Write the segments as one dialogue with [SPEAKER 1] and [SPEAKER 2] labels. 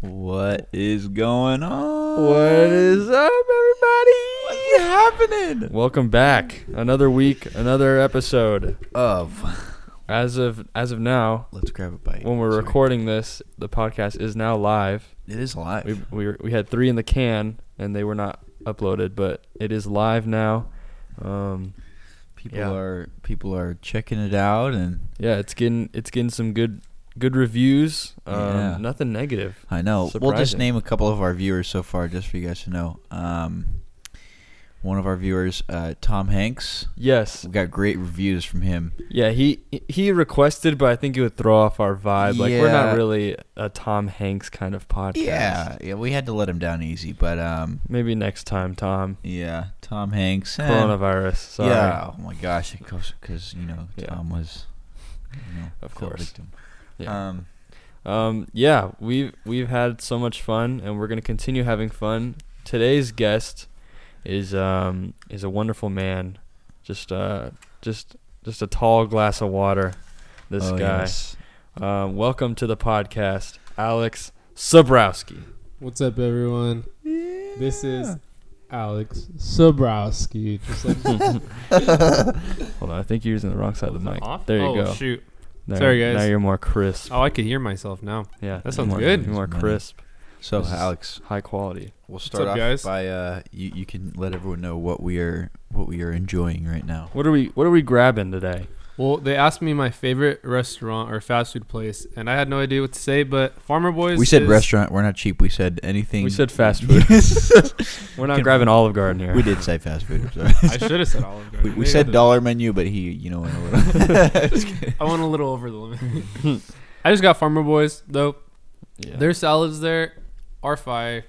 [SPEAKER 1] What is going on?
[SPEAKER 2] What is up, everybody?
[SPEAKER 1] What's happening?
[SPEAKER 2] Welcome back. Another week, another episode.
[SPEAKER 1] Of
[SPEAKER 2] As of as of now,
[SPEAKER 1] let's grab a bite.
[SPEAKER 2] when we're
[SPEAKER 1] Sorry.
[SPEAKER 2] recording this, the podcast is now live.
[SPEAKER 1] it is live.
[SPEAKER 2] We we were- we had three in the can, and they were not uploaded, but it is live now. Um,
[SPEAKER 1] people
[SPEAKER 2] yeah.
[SPEAKER 1] are people are checking it out, and
[SPEAKER 2] yeah, it's getting it's getting some good good reviews. Um,
[SPEAKER 1] Yeah.
[SPEAKER 2] Nothing negative.
[SPEAKER 1] I know we'll just
[SPEAKER 2] Surprising.
[SPEAKER 1] name a couple of our viewers so far, just for you guys to know. Um, one of our viewers, uh, Tom Hanks,
[SPEAKER 2] Yes.
[SPEAKER 1] we got great reviews from him.
[SPEAKER 2] Yeah, he he requested, but I think it would throw off our vibe. Like we're
[SPEAKER 1] Yeah.
[SPEAKER 2] not really a Tom Hanks kind of podcast.
[SPEAKER 1] Yeah, yeah, we had to let him down easy, but um,
[SPEAKER 2] Maybe next time, Tom.
[SPEAKER 1] yeah, Tom Hanks. eh,
[SPEAKER 2] Coronavirus. Sorry.
[SPEAKER 1] Yeah. Oh my gosh, because you know
[SPEAKER 2] Yeah.
[SPEAKER 1] Tom was, you know,
[SPEAKER 2] Of
[SPEAKER 1] fell
[SPEAKER 2] course.
[SPEAKER 1] victim.
[SPEAKER 2] Yeah.
[SPEAKER 1] Um,
[SPEAKER 2] Um, yeah, we've we've had so much fun, and we're gonna continue having fun. Today's guest is um is a wonderful man, just uh just just a tall glass of water. This
[SPEAKER 1] oh,
[SPEAKER 2] guy.
[SPEAKER 1] yes.
[SPEAKER 2] Um, welcome to the podcast, Alex Sobrowski.
[SPEAKER 3] What's up, everyone? This is Alex Sobrowski. Just like
[SPEAKER 2] Hold on, I think you're using the wrong side of the mic. There you
[SPEAKER 3] oh,
[SPEAKER 2] go.
[SPEAKER 3] Shoot!
[SPEAKER 2] There-
[SPEAKER 3] Sorry, guys.
[SPEAKER 2] Now you're more crisp.
[SPEAKER 3] Oh, I could hear myself now.
[SPEAKER 2] yeah,
[SPEAKER 3] that sounds
[SPEAKER 2] more,
[SPEAKER 3] good.
[SPEAKER 2] More
[SPEAKER 1] Money.
[SPEAKER 2] crisp,
[SPEAKER 1] So
[SPEAKER 2] This is-
[SPEAKER 1] Alex,
[SPEAKER 2] high quality.
[SPEAKER 1] we'll start
[SPEAKER 3] up,
[SPEAKER 1] off
[SPEAKER 3] guys?
[SPEAKER 1] by uh, you you can let everyone know what we are what we are enjoying right now.
[SPEAKER 2] What are we What are we grabbing today?
[SPEAKER 3] Well, they asked me my favorite restaurant or fast food place, and I had no idea what to say. But Farmer Boys.
[SPEAKER 1] We said
[SPEAKER 3] is-
[SPEAKER 1] restaurant. We're not cheap. We said anything.
[SPEAKER 2] We said fast food. We're not
[SPEAKER 1] Can-
[SPEAKER 2] grabbing Olive Garden here.
[SPEAKER 1] we did say fast food. I'm sorry.
[SPEAKER 3] I should have said Olive Garden.
[SPEAKER 1] We, we
[SPEAKER 3] Maybe I
[SPEAKER 1] said
[SPEAKER 3] did.
[SPEAKER 1] dollar menu, but he, you know, went a little- Just kidding.
[SPEAKER 3] I went a little over the limit. I just got Farmer Boys though.
[SPEAKER 2] Yeah.
[SPEAKER 3] Their salads there are fire.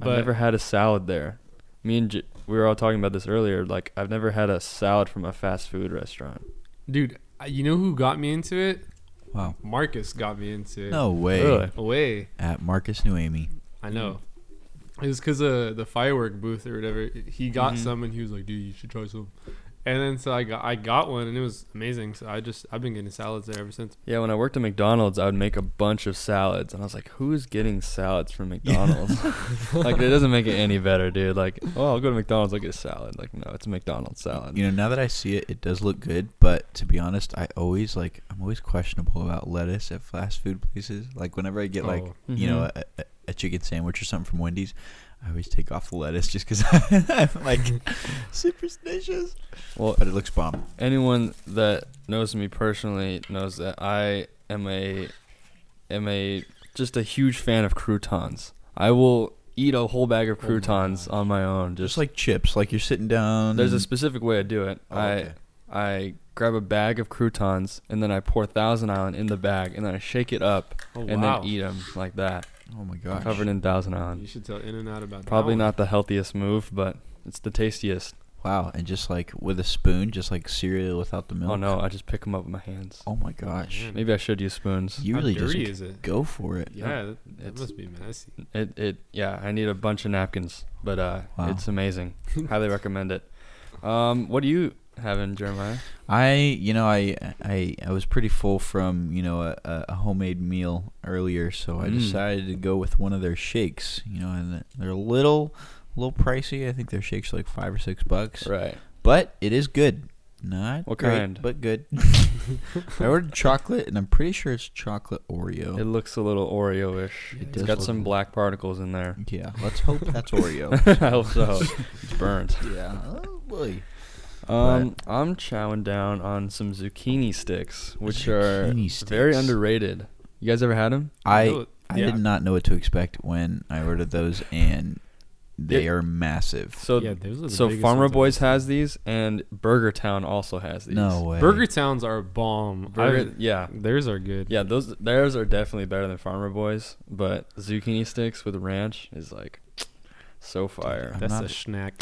[SPEAKER 2] I've
[SPEAKER 3] But-
[SPEAKER 2] never had a salad there. Me and J- we were all talking about this earlier. Like I've never had a salad from a fast food restaurant.
[SPEAKER 3] dude. I- You know who got me into it?
[SPEAKER 1] wow.
[SPEAKER 3] Marcus got me into it.
[SPEAKER 1] No way.
[SPEAKER 2] Really?
[SPEAKER 3] Away.
[SPEAKER 1] At Marcus Nuemi.
[SPEAKER 3] I know.
[SPEAKER 2] Mm.
[SPEAKER 3] It was because uh, the firework booth or whatever. He got
[SPEAKER 2] Mhm.
[SPEAKER 3] some and he was like, "Dude, you should try some." And then so I got I got one and it was amazing. So I just I've been getting salads there ever since.
[SPEAKER 2] Yeah, when I worked at McDonald's, I would make a bunch of salads, and I was like, "Who is getting salads from McDonald's? like, it doesn't make it any better, dude. Like, oh, I'll go to McDonald's, I'll get a salad. Like, no, it's a McDonald's salad.
[SPEAKER 1] You know, now that I see it, it does look good. But to be honest, I always like I'm always questionable about lettuce at fast food places. Like whenever I get like
[SPEAKER 3] Oh.
[SPEAKER 1] you know
[SPEAKER 2] Mm-hmm.
[SPEAKER 1] a, a, a chicken sandwich or something from Wendy's, I always take off the lettuce just because I'm like superstitious.
[SPEAKER 2] Well,
[SPEAKER 1] But it looks bomb.
[SPEAKER 2] anyone that knows me personally knows that I am a am a just a huge fan of croutons. I will eat a whole bag of
[SPEAKER 3] my
[SPEAKER 2] croutons on my own.
[SPEAKER 1] Oh Just
[SPEAKER 2] Just like
[SPEAKER 1] like chips, like you're sitting down.
[SPEAKER 2] there's a
[SPEAKER 1] and-
[SPEAKER 2] specific way I do it.
[SPEAKER 1] Oh,
[SPEAKER 2] I
[SPEAKER 1] okay.
[SPEAKER 2] I grab a bag of croutons and then I pour Thousand Island in the bag and then I shake it up
[SPEAKER 3] Oh
[SPEAKER 2] and
[SPEAKER 3] wow!
[SPEAKER 2] then eat them like that,
[SPEAKER 1] oh my gosh.
[SPEAKER 2] covered in Thousand Island.
[SPEAKER 3] you should tell In and Out about that
[SPEAKER 2] Probably
[SPEAKER 3] one.
[SPEAKER 2] not the healthiest move, but it's the tastiest.
[SPEAKER 1] Wow, and just like with a spoon, just like cereal without the milk.
[SPEAKER 2] Oh no, I just pick them up with my hands.
[SPEAKER 1] Oh my gosh.
[SPEAKER 3] Man,
[SPEAKER 2] Maybe I should use spoons.
[SPEAKER 1] You
[SPEAKER 3] How
[SPEAKER 1] really just
[SPEAKER 3] dirty is it?
[SPEAKER 1] go for it.
[SPEAKER 3] Yeah, that, that
[SPEAKER 2] it's-
[SPEAKER 3] must be messy.
[SPEAKER 2] It it yeah, I need a bunch of napkins, but uh,
[SPEAKER 1] Wow.
[SPEAKER 2] it's amazing. Highly recommend it. Um, what do you having, Jeremiah?
[SPEAKER 1] I, you know, I, I, I was pretty full from, you know, a- a, a homemade meal earlier, so I
[SPEAKER 2] Mm.
[SPEAKER 1] decided to go with one of their shakes. You know, and they're a little, little pricey. I think their shakes are like five or six bucks,
[SPEAKER 2] Right.
[SPEAKER 1] but it is good. Not
[SPEAKER 2] What
[SPEAKER 1] great,
[SPEAKER 2] kind?
[SPEAKER 1] but good. I ordered chocolate, and I'm pretty sure it's chocolate Oreo.
[SPEAKER 2] It looks a little Oreo-ish.
[SPEAKER 3] It
[SPEAKER 2] It has
[SPEAKER 1] does
[SPEAKER 2] got
[SPEAKER 1] look Oh.
[SPEAKER 2] some
[SPEAKER 1] like-
[SPEAKER 2] black particles in there.
[SPEAKER 1] yeah, let's hope that's Oreo.
[SPEAKER 2] I hope so. It's burnt.
[SPEAKER 1] yeah, oh boy.
[SPEAKER 2] Um, I'm chowing down on some zucchini sticks, which are
[SPEAKER 1] Zucchini sticks.
[SPEAKER 2] very underrated. You guys ever had them?
[SPEAKER 1] I,
[SPEAKER 3] know it-
[SPEAKER 1] I
[SPEAKER 3] yeah.
[SPEAKER 1] did not know what to expect when I ordered those, and they
[SPEAKER 2] It-
[SPEAKER 1] are massive.
[SPEAKER 2] So
[SPEAKER 3] yeah, those are the
[SPEAKER 2] so
[SPEAKER 3] biggest
[SPEAKER 2] Farmer
[SPEAKER 3] ones I've
[SPEAKER 2] Boys
[SPEAKER 3] seen.
[SPEAKER 2] has these, and Burger Town also has these.
[SPEAKER 1] No way.
[SPEAKER 3] Burger Towns are a bomb.
[SPEAKER 2] Burger,
[SPEAKER 3] Burger,
[SPEAKER 2] yeah.
[SPEAKER 3] theirs are good.
[SPEAKER 2] Yeah, those theirs are definitely better than Farmer Boys, but zucchini sticks with ranch is like so fire.
[SPEAKER 1] I'm
[SPEAKER 3] that's
[SPEAKER 1] not-
[SPEAKER 3] a snack.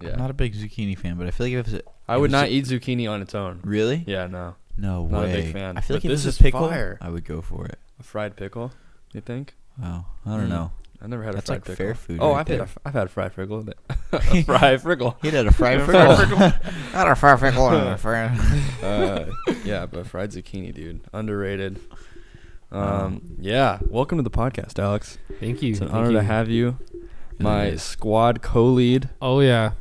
[SPEAKER 2] Yeah,
[SPEAKER 1] I'm not a big zucchini fan, but I feel like if it's
[SPEAKER 2] I would
[SPEAKER 1] if
[SPEAKER 2] not
[SPEAKER 1] it's-
[SPEAKER 2] eat zucchini on its own.
[SPEAKER 1] really,
[SPEAKER 2] Yeah, no,
[SPEAKER 1] no
[SPEAKER 2] Not a
[SPEAKER 1] way.
[SPEAKER 2] big fan.
[SPEAKER 1] I feel like if
[SPEAKER 2] But this
[SPEAKER 1] it's
[SPEAKER 2] is
[SPEAKER 1] a pickle,
[SPEAKER 2] fire.
[SPEAKER 1] I would go for it.
[SPEAKER 2] a fried pickle. You think?
[SPEAKER 1] Wow, I don't
[SPEAKER 2] Mm.
[SPEAKER 1] know.
[SPEAKER 2] I never had
[SPEAKER 1] That's
[SPEAKER 2] a fried
[SPEAKER 1] like
[SPEAKER 2] pickle.
[SPEAKER 1] fair food
[SPEAKER 2] Oh,
[SPEAKER 1] right
[SPEAKER 2] I've had a,
[SPEAKER 1] there.
[SPEAKER 2] f- I've had fried pickle. a fried pickle.
[SPEAKER 1] He did a fried pickle. not a fried pickle. not a fried-
[SPEAKER 2] Uh, yeah, but fried zucchini, dude, underrated. Um, yeah, welcome to the podcast, Alex.
[SPEAKER 3] Thank you.
[SPEAKER 2] It's an
[SPEAKER 3] thank
[SPEAKER 2] honor
[SPEAKER 3] you.
[SPEAKER 2] to have you.
[SPEAKER 1] It
[SPEAKER 2] My
[SPEAKER 1] is.
[SPEAKER 2] squad co-lead.
[SPEAKER 3] Oh yeah.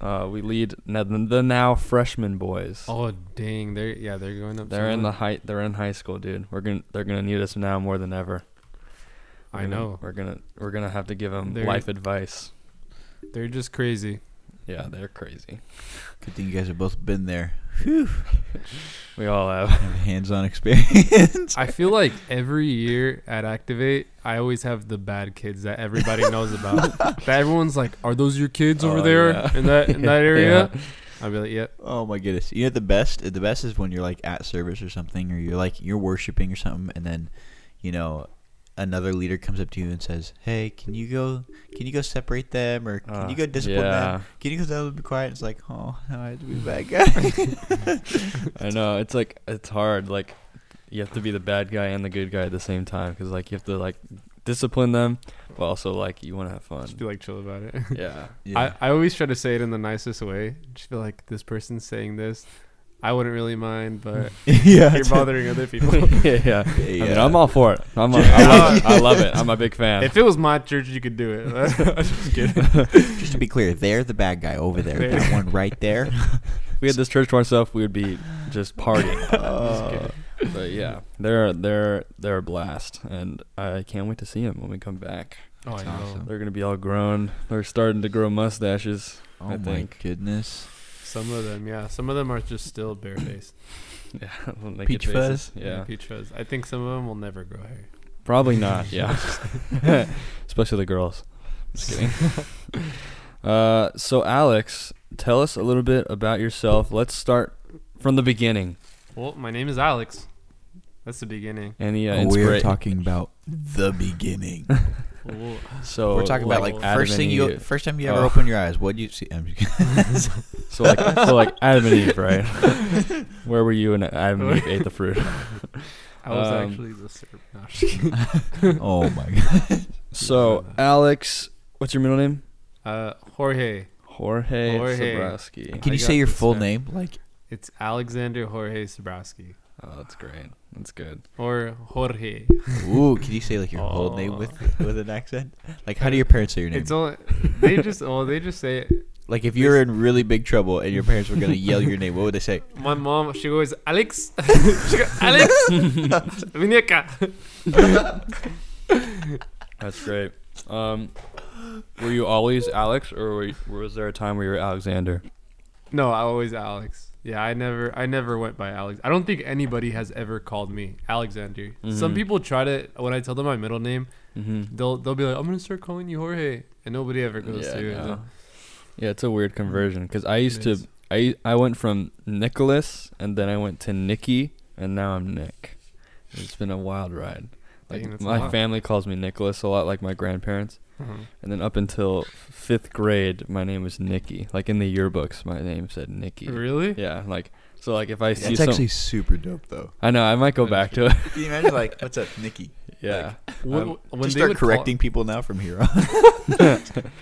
[SPEAKER 2] Uh, we lead now, the now freshman boys.
[SPEAKER 3] Oh dang. They're yeah. They're going up.
[SPEAKER 2] They're
[SPEAKER 3] so
[SPEAKER 2] in the
[SPEAKER 3] much.
[SPEAKER 2] high. They're in high school, dude. We're gonna. They're gonna need us now more than ever. We're
[SPEAKER 3] I
[SPEAKER 2] gonna-
[SPEAKER 3] know.
[SPEAKER 2] We're gonna. We're gonna have to give them
[SPEAKER 3] They're-
[SPEAKER 2] life advice.
[SPEAKER 3] They're just crazy.
[SPEAKER 2] Yeah, they're crazy.
[SPEAKER 1] Good thing you guys have both been there.
[SPEAKER 2] We all have.
[SPEAKER 1] Have hands-on experience.
[SPEAKER 3] I feel like every year at Activate, I always have the bad kids that everybody knows about. that everyone's like, "Are those your kids over
[SPEAKER 2] Oh,
[SPEAKER 3] there
[SPEAKER 2] yeah.
[SPEAKER 3] in that in that area?" I'd be like, "Yep."
[SPEAKER 1] Oh my goodness! You know the best. The best is when you're like at service or something, or you're like you're worshiping or something, and then, you know, another leader comes up to you and says, "Hey, can you go? Can you go separate them, or can
[SPEAKER 2] Uh,
[SPEAKER 1] you go discipline
[SPEAKER 2] yeah.
[SPEAKER 1] them? Can you go tell them to be quiet?" It's like, oh, now I have to be that guy.
[SPEAKER 2] I know. It's like it's hard. Like you have to be the bad guy and the good guy at the same time because like you have to like discipline them, but also like you want to have
[SPEAKER 3] Just
[SPEAKER 2] fun.
[SPEAKER 3] be like chill about it.
[SPEAKER 2] Yeah.
[SPEAKER 1] yeah.
[SPEAKER 3] I, I always try to say it in the nicest way. Just feel like this person's saying this. I wouldn't really mind, but
[SPEAKER 1] yeah.
[SPEAKER 3] you're bothering other people.
[SPEAKER 2] yeah, yeah. I mean,
[SPEAKER 1] Yeah.
[SPEAKER 2] I'm all for it. I'm. A, I, love it. I love it. I'm a big fan.
[SPEAKER 3] if it was my church, you could do it.
[SPEAKER 1] Just to be clear, they're the bad guy over there.
[SPEAKER 3] There.
[SPEAKER 1] That one right there.
[SPEAKER 2] we had this church to ourselves, we would be just partying. Uh,
[SPEAKER 1] Oh.
[SPEAKER 2] but yeah, they're they're they're a blast, and I can't wait to see them when we come back.
[SPEAKER 3] oh, I know.
[SPEAKER 1] awesome.
[SPEAKER 2] They're gonna be all grown. They're starting to grow mustaches.
[SPEAKER 1] Oh
[SPEAKER 2] I
[SPEAKER 1] my
[SPEAKER 2] think.
[SPEAKER 1] goodness.
[SPEAKER 3] Some of them, yeah. Some of them are just still barefaced.
[SPEAKER 2] Yeah, little naked
[SPEAKER 1] Peach
[SPEAKER 2] faces.
[SPEAKER 1] fuzz?
[SPEAKER 2] Yeah,
[SPEAKER 3] Like Petra's. I think some of them will never grow hair.
[SPEAKER 2] probably not. Yeah, especially the girls. Just kidding. uh, so Alex, tell us a little bit about yourself. Let's start from the beginning.
[SPEAKER 3] Well, my name is Alex. That's the beginning.
[SPEAKER 2] Any uh,
[SPEAKER 1] Oh, We're
[SPEAKER 2] inspira-
[SPEAKER 1] talking about the beginning.
[SPEAKER 3] Well,
[SPEAKER 2] So
[SPEAKER 1] We're talking about
[SPEAKER 3] like,
[SPEAKER 1] like
[SPEAKER 2] Oh, Adam
[SPEAKER 1] first
[SPEAKER 2] and
[SPEAKER 1] thing you,
[SPEAKER 2] Eve.
[SPEAKER 1] first time you ever
[SPEAKER 2] Oh.
[SPEAKER 1] open your eyes. What do you see? I'm just kidding.
[SPEAKER 2] So like, so like Adam and Eve, right? Where were you when Adam and Eve ate the fruit?
[SPEAKER 3] I was
[SPEAKER 2] Um,
[SPEAKER 3] actually the serp. No, I'm just kidding.
[SPEAKER 1] oh my god.
[SPEAKER 2] So Alex, what's your middle name?
[SPEAKER 3] uh, Jorge.
[SPEAKER 2] Jorge,
[SPEAKER 3] Jorge.
[SPEAKER 2] Sobrowski.
[SPEAKER 1] Can
[SPEAKER 3] I
[SPEAKER 1] you
[SPEAKER 3] got
[SPEAKER 1] say your
[SPEAKER 3] this,
[SPEAKER 1] full
[SPEAKER 3] man.
[SPEAKER 1] name? Like
[SPEAKER 3] It's Alexander Jorge Sabrowski.
[SPEAKER 2] Oh, that's great. That's good.
[SPEAKER 3] Or Jorge.
[SPEAKER 1] ooh, can you say like your whole name with with an accent? Like how do your parents say your name?
[SPEAKER 3] It's all they just oh they just say it.
[SPEAKER 1] Like if you're in really big trouble and your parents were gonna yell your name, what would they say?
[SPEAKER 3] My mom she goes Alex she goes, Alex Muñeca.
[SPEAKER 2] That's great. Um, were you always Alex, or were you, was there a time where you were Alexander?
[SPEAKER 3] No, I always Alex. Yeah, I never I never went by Alex. I don't think anybody has ever called me Alexander. Some
[SPEAKER 2] Mhm.
[SPEAKER 3] people try to when I tell them my middle name,
[SPEAKER 2] Mm-hmm.
[SPEAKER 3] they'll they'll be like, I'm gonna start calling you Jorge and nobody ever goes
[SPEAKER 2] Yeah,
[SPEAKER 3] through.
[SPEAKER 2] no. yeah, it's a weird conversion because I used
[SPEAKER 3] It
[SPEAKER 2] to. I I went from Nicholas, and then I went to Nikki, and now I'm Nick. It's been a wild ride. Like
[SPEAKER 3] Dang, that's a
[SPEAKER 2] my
[SPEAKER 3] lot.
[SPEAKER 2] family calls me Nicholas a lot, like my grandparents.
[SPEAKER 3] Mhm.
[SPEAKER 2] And then up until fifth grade, my name was Nikki. Like in the yearbooks, my name said Nikki.
[SPEAKER 3] Really?
[SPEAKER 2] Yeah, like so. Like if I see
[SPEAKER 1] It's
[SPEAKER 2] some,
[SPEAKER 1] actually super dope though.
[SPEAKER 2] I know I might go
[SPEAKER 3] That is
[SPEAKER 2] back to it.
[SPEAKER 1] Can you imagine like what's up, Nikki?
[SPEAKER 2] yeah, Um,
[SPEAKER 3] When, when
[SPEAKER 1] Just
[SPEAKER 3] they
[SPEAKER 1] start
[SPEAKER 3] would call-
[SPEAKER 1] correcting people now from here on.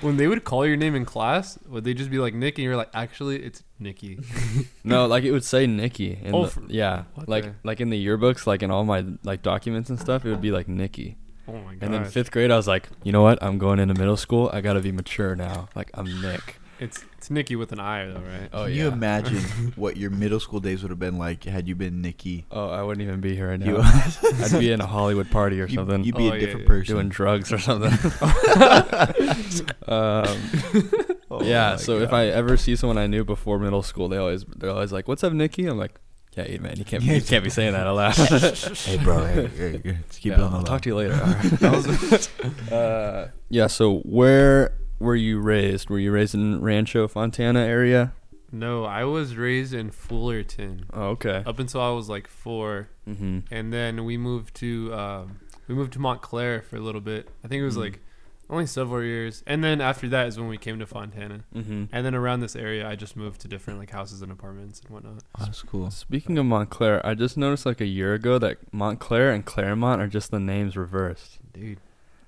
[SPEAKER 3] when they would call your name in class, would they just be like Nick and you're like, actually it's Nikki.
[SPEAKER 2] no, like it would say Nikki. In
[SPEAKER 3] Oh,
[SPEAKER 2] the,
[SPEAKER 3] for-
[SPEAKER 2] yeah,
[SPEAKER 3] what
[SPEAKER 2] like
[SPEAKER 3] the-
[SPEAKER 2] like in the yearbooks, like in all my like documents and stuff, it would be like Nikki.
[SPEAKER 3] Oh my god.
[SPEAKER 2] And then fifth grade, I was like, you know what? I'm going into middle school. I gotta be mature now. Like I'm Nick.
[SPEAKER 3] It's it's Nikki with an I though, right?
[SPEAKER 2] Oh
[SPEAKER 1] Can
[SPEAKER 2] yeah.
[SPEAKER 1] you imagine what your middle school days would have been like had you been Nikki?
[SPEAKER 2] oh, I wouldn't even be here right
[SPEAKER 1] You-
[SPEAKER 2] now. I'd be in a Hollywood party or
[SPEAKER 1] You,
[SPEAKER 2] something.
[SPEAKER 1] would be
[SPEAKER 3] Oh,
[SPEAKER 1] a
[SPEAKER 3] yeah,
[SPEAKER 1] different
[SPEAKER 3] yeah.
[SPEAKER 1] person.
[SPEAKER 2] doing drugs or something. um,
[SPEAKER 1] Oh
[SPEAKER 2] yeah.
[SPEAKER 1] my
[SPEAKER 2] So if
[SPEAKER 1] God.
[SPEAKER 2] I ever see someone I knew before middle school, they always they're always like, "What's up, Nikki?" I'm like, "Yeah, hey, man, you can't you can't be saying that aloud."
[SPEAKER 1] hey bro, hey, hey, hey, let's keep
[SPEAKER 2] Yeah,
[SPEAKER 1] it on the
[SPEAKER 2] I'll
[SPEAKER 1] low.
[SPEAKER 2] talk to you later. All right. uh, yeah. So where were you raised? Were you raised in Rancho Fontana area?
[SPEAKER 3] No, I was raised in Fullerton
[SPEAKER 2] Oh, okay.
[SPEAKER 3] up until I was like four,
[SPEAKER 2] Mm-hmm.
[SPEAKER 3] and then we moved to um, we moved to Montclair for a little bit. I think it was
[SPEAKER 2] Mhm.
[SPEAKER 3] like only several years, and then after that is when we came to Fontana.
[SPEAKER 2] Mm-hmm.
[SPEAKER 3] And then around this area, I just moved to different like houses and apartments and whatnot.
[SPEAKER 1] Oh, that's cool.
[SPEAKER 2] Speaking of Montclair, I just noticed like a year ago that Montclair and Claremont are just the names reversed.
[SPEAKER 3] Dude,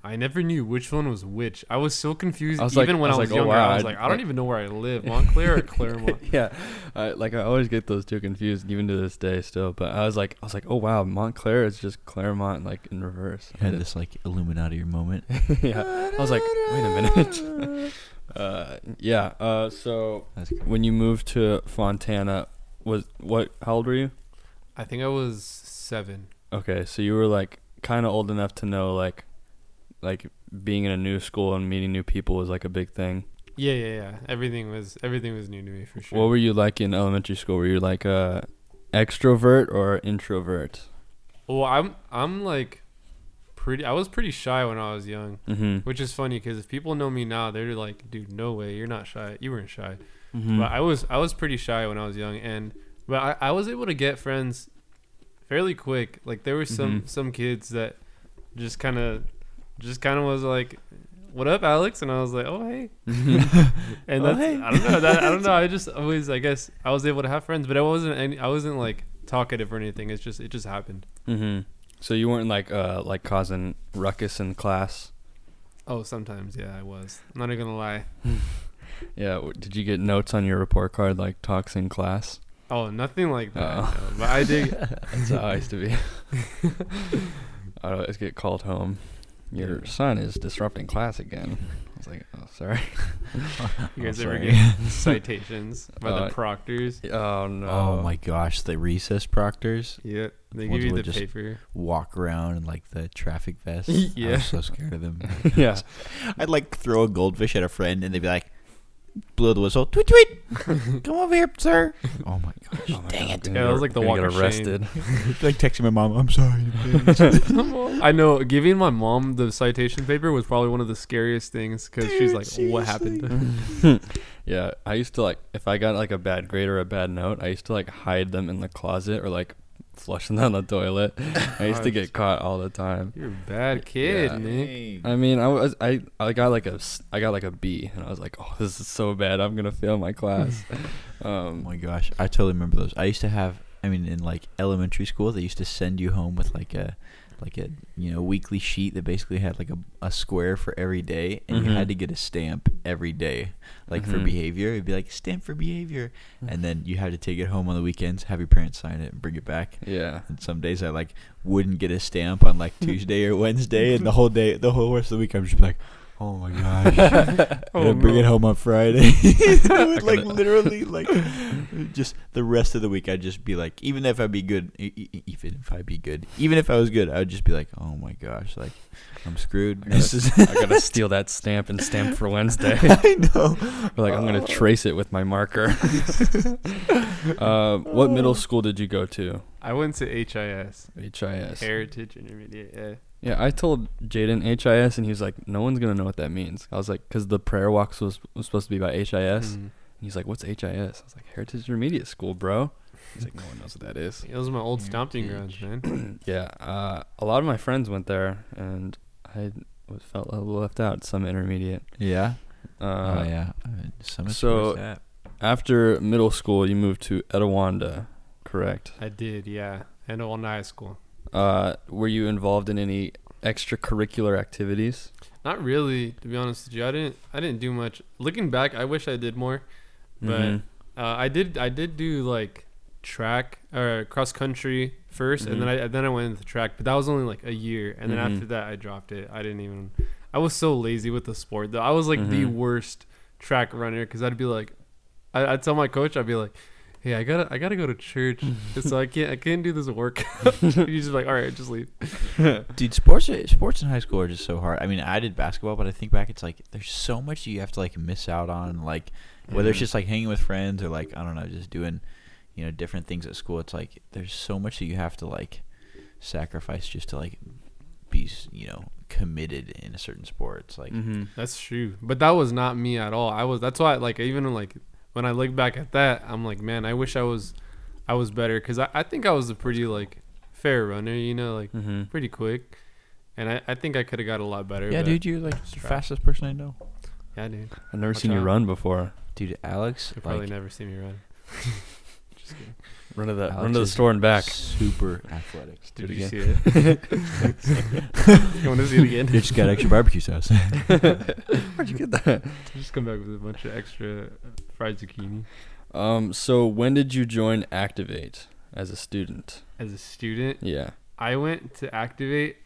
[SPEAKER 3] I never knew which one was which. I was so confused
[SPEAKER 2] I was like-
[SPEAKER 3] even when
[SPEAKER 2] I
[SPEAKER 3] I
[SPEAKER 2] was
[SPEAKER 3] was,
[SPEAKER 2] like, oh,
[SPEAKER 3] younger.
[SPEAKER 2] wow,
[SPEAKER 3] I was
[SPEAKER 2] I-
[SPEAKER 3] like, I don't even know where I live, Montclair or Claremont.
[SPEAKER 2] yeah, I, like I always get those two confused, even to this day still. But I was like, I was like, oh wow, Montclair is just Claremont like in reverse.
[SPEAKER 1] Had this like Illuminati moment.
[SPEAKER 2] yeah, I was like, wait a minute. uh, yeah. Uh, so
[SPEAKER 1] That's crazy.
[SPEAKER 2] when you moved to Fontana, was what? How old were you?
[SPEAKER 3] I think I was seven.
[SPEAKER 2] Okay, so you were like kind of old enough to know like, like being in a new school and meeting new people was like a big thing.
[SPEAKER 3] Yeah, yeah, yeah. Everything was everything was new to me for sure.
[SPEAKER 2] What were you like in elementary school? Were you like a extrovert or introvert?
[SPEAKER 3] well, I'm I'm like pretty. I was pretty shy when I was young,
[SPEAKER 2] Mm-hmm.
[SPEAKER 3] which is funny because if people know me now, they're like, dude, no way, you're not shy. You weren't shy.
[SPEAKER 1] Mm.
[SPEAKER 2] mm-hmm.
[SPEAKER 3] But I was I was pretty shy when I was young, and but I, I was able to get friends fairly quick. Like there were some
[SPEAKER 1] Mm-hmm.
[SPEAKER 2] Mhm.
[SPEAKER 3] some kids that just kind of just kind of was like, "What up, Alex?" And I was like, "Oh hey,"
[SPEAKER 2] Mm-hmm.
[SPEAKER 3] and
[SPEAKER 1] Oh,
[SPEAKER 3] that's,
[SPEAKER 1] hey.
[SPEAKER 3] I don't know. That, I don't know. I just always I guess I was able to have friends, but I wasn't any, I wasn't like talkative or anything. It's just it just happened.
[SPEAKER 2] Mm-hmm. So you weren't like uh like causing ruckus in class.
[SPEAKER 3] Oh, sometimes yeah, I was. I'm not even gonna lie.
[SPEAKER 2] Yeah. w- Did you get notes on your report card like talks in class?
[SPEAKER 3] Oh, nothing like that.
[SPEAKER 2] Oh.
[SPEAKER 3] no. But I did.
[SPEAKER 2] That's how I used to be. I always get called home. Your son is disrupting class again. I was like, oh, sorry.
[SPEAKER 3] You
[SPEAKER 1] Oh,
[SPEAKER 3] guys ever
[SPEAKER 1] sorry.
[SPEAKER 3] get citations by
[SPEAKER 2] Uh,
[SPEAKER 3] the proctors?
[SPEAKER 2] Oh no.
[SPEAKER 1] Oh my gosh, the recess proctors
[SPEAKER 3] Yeah, they
[SPEAKER 1] Ones
[SPEAKER 3] give you
[SPEAKER 1] where
[SPEAKER 3] the
[SPEAKER 1] just-
[SPEAKER 3] paper.
[SPEAKER 1] walk around in like the traffic vest. I
[SPEAKER 3] Yeah.
[SPEAKER 1] was so scared of them.
[SPEAKER 2] Yeah.
[SPEAKER 1] I'd like throw a goldfish at a friend and they'd be like, blow the whistle, tweet tweet, come over here, sir. Oh my gosh,
[SPEAKER 2] Oh my
[SPEAKER 1] dang
[SPEAKER 2] God,
[SPEAKER 1] it!
[SPEAKER 2] I'm
[SPEAKER 3] Yeah,
[SPEAKER 2] gonna
[SPEAKER 3] that was
[SPEAKER 2] get-
[SPEAKER 3] like the
[SPEAKER 2] I'm gonna
[SPEAKER 3] walk
[SPEAKER 2] get
[SPEAKER 3] of shame.
[SPEAKER 2] arrested.
[SPEAKER 1] like texting my mom, I'm sorry.
[SPEAKER 3] I know giving my mom the citation paper was probably one of the scariest things because she's
[SPEAKER 1] Dude,
[SPEAKER 3] like, "What happened?"
[SPEAKER 2] yeah, I used to like if I got like a bad grade or a bad note, I used to like hide them in the closet or like flush them down the toilet. I used to get caught all the time.
[SPEAKER 3] You're a bad kid,
[SPEAKER 2] Yeah.
[SPEAKER 3] Nick.
[SPEAKER 2] I mean, I was I I got like a s- I got like a B, and I was like, oh, this is so bad. I'm gonna fail my class.
[SPEAKER 1] Oh
[SPEAKER 2] um,
[SPEAKER 1] my gosh, I totally remember those. I used to have, I mean, in like elementary school, they used to send you home with like a, like a you know weekly sheet that basically had like a, a square for every day, and
[SPEAKER 2] Mhm.
[SPEAKER 1] you had to get a stamp every day, like for
[SPEAKER 2] Mhm.
[SPEAKER 1] behavior. It'd be like stamp for behavior, and then you had to take it home on the weekends, have your parents sign it, and bring it back.
[SPEAKER 2] yeah.
[SPEAKER 1] And some days I like wouldn't get a stamp on like Tuesday or Wednesday, and the whole day, the whole rest of the week, I'm just like, oh my gosh.
[SPEAKER 3] Oh,
[SPEAKER 1] Gonna bring
[SPEAKER 3] no.
[SPEAKER 1] it home on Friday. I would, like
[SPEAKER 2] Gonna-
[SPEAKER 1] literally, like just the rest of the week, I'd just be like, even if I'd be good, e- e- even if I'd be good, even if I was good, I'd just be like, oh my gosh, like I'm screwed.
[SPEAKER 2] I
[SPEAKER 1] This is
[SPEAKER 2] gotta, I gotta steal that stamp and stamp for Wednesday.
[SPEAKER 1] I know. Oh.
[SPEAKER 2] Or like I'm gonna trace it with my marker. um,
[SPEAKER 1] Oh.
[SPEAKER 2] what middle school did you go to?
[SPEAKER 3] I went to HIS,
[SPEAKER 2] HIS.
[SPEAKER 3] Heritage Intermediate. Yeah.
[SPEAKER 2] Yeah, I told Jaden HIS, and he was like, "No one's gonna know what that means." I was like, "Cause the prayer walks was, was supposed to be by HIS."
[SPEAKER 1] Hmm.
[SPEAKER 2] And
[SPEAKER 3] Mm.
[SPEAKER 2] he's like, "What's HIS?" I was like, "Heritage Intermediate School, bro." He's like, "No one knows what that is."
[SPEAKER 3] It was my
[SPEAKER 2] Mm.
[SPEAKER 3] old stomping
[SPEAKER 1] Heritage.
[SPEAKER 3] grounds, man.
[SPEAKER 2] Yeah, uh, a lot of my friends went there, and I was felt a little left out. at Some intermediate.
[SPEAKER 1] Yeah.
[SPEAKER 2] Uh,
[SPEAKER 1] oh yeah. I mean, Summer
[SPEAKER 2] so-
[SPEAKER 1] so that.
[SPEAKER 2] After middle school, you moved to Etowanda, correct?
[SPEAKER 3] I did, yeah. And all in high school.
[SPEAKER 2] Uh, were you involved in any extracurricular activities?
[SPEAKER 3] Not really, to be honest with you. I didn't. I didn't do much. Looking back, I wish I did more. But
[SPEAKER 2] Mhm.
[SPEAKER 3] Uh, I did. I did do like track or cross country 1st and then I then I went into track. But that was only like a year, and then
[SPEAKER 2] Mhm.
[SPEAKER 3] after that, I dropped it. I didn't even. I was so lazy with the sport though. I was like the
[SPEAKER 2] Mhm.
[SPEAKER 3] worst track runner because I'd be like, I, I'd tell my coach, I'd be like. Hey, I gotta, I gotta go to church, so I can't, I can't do this work. He's just like, all right, just leave.
[SPEAKER 1] Dude, sports are- sports in high school are just so hard. I mean, I did basketball, but I think back, it's like there's so much you have to like miss out on, like whether it's
[SPEAKER 2] Mhm.
[SPEAKER 1] just like hanging with friends or like I don't know, just doing you know different things at school. It's like there's so much that you have to like sacrifice just to like be s- you know committed in a certain sport. It's like
[SPEAKER 2] Mhm.
[SPEAKER 3] That's true. But that was not me at all. I was that's why like even like when I look back at that, I'm like, man, I wish I was I was better cuz I, I think I was a pretty like fair runner, you know, like
[SPEAKER 2] Mhm.
[SPEAKER 3] pretty quick. And I, I think I could have got a lot better.
[SPEAKER 1] yeah,
[SPEAKER 3] but-
[SPEAKER 1] dude, you're like
[SPEAKER 3] Just
[SPEAKER 1] the
[SPEAKER 3] try.
[SPEAKER 1] fastest person I know.
[SPEAKER 3] Yeah, dude.
[SPEAKER 2] I've never
[SPEAKER 3] Watch
[SPEAKER 2] seen you
[SPEAKER 3] out.
[SPEAKER 2] run before.
[SPEAKER 1] Dude, Alex,
[SPEAKER 3] You'll probably
[SPEAKER 1] like
[SPEAKER 3] never see me run. Just kidding.
[SPEAKER 2] Run to the
[SPEAKER 1] Alex
[SPEAKER 2] run to the
[SPEAKER 1] is
[SPEAKER 2] store and back.
[SPEAKER 1] Super athletic.
[SPEAKER 3] Did
[SPEAKER 2] Do it
[SPEAKER 3] you
[SPEAKER 2] again.
[SPEAKER 3] see it? you want to see it again?
[SPEAKER 1] They just got extra barbecue sauce.
[SPEAKER 2] Where'd you get that?
[SPEAKER 3] Just come back with a bunch of extra uh, fried zucchini.
[SPEAKER 2] Um. So when did you join Activate as a student?
[SPEAKER 3] As a student,
[SPEAKER 2] Yeah.
[SPEAKER 3] I went to Activate.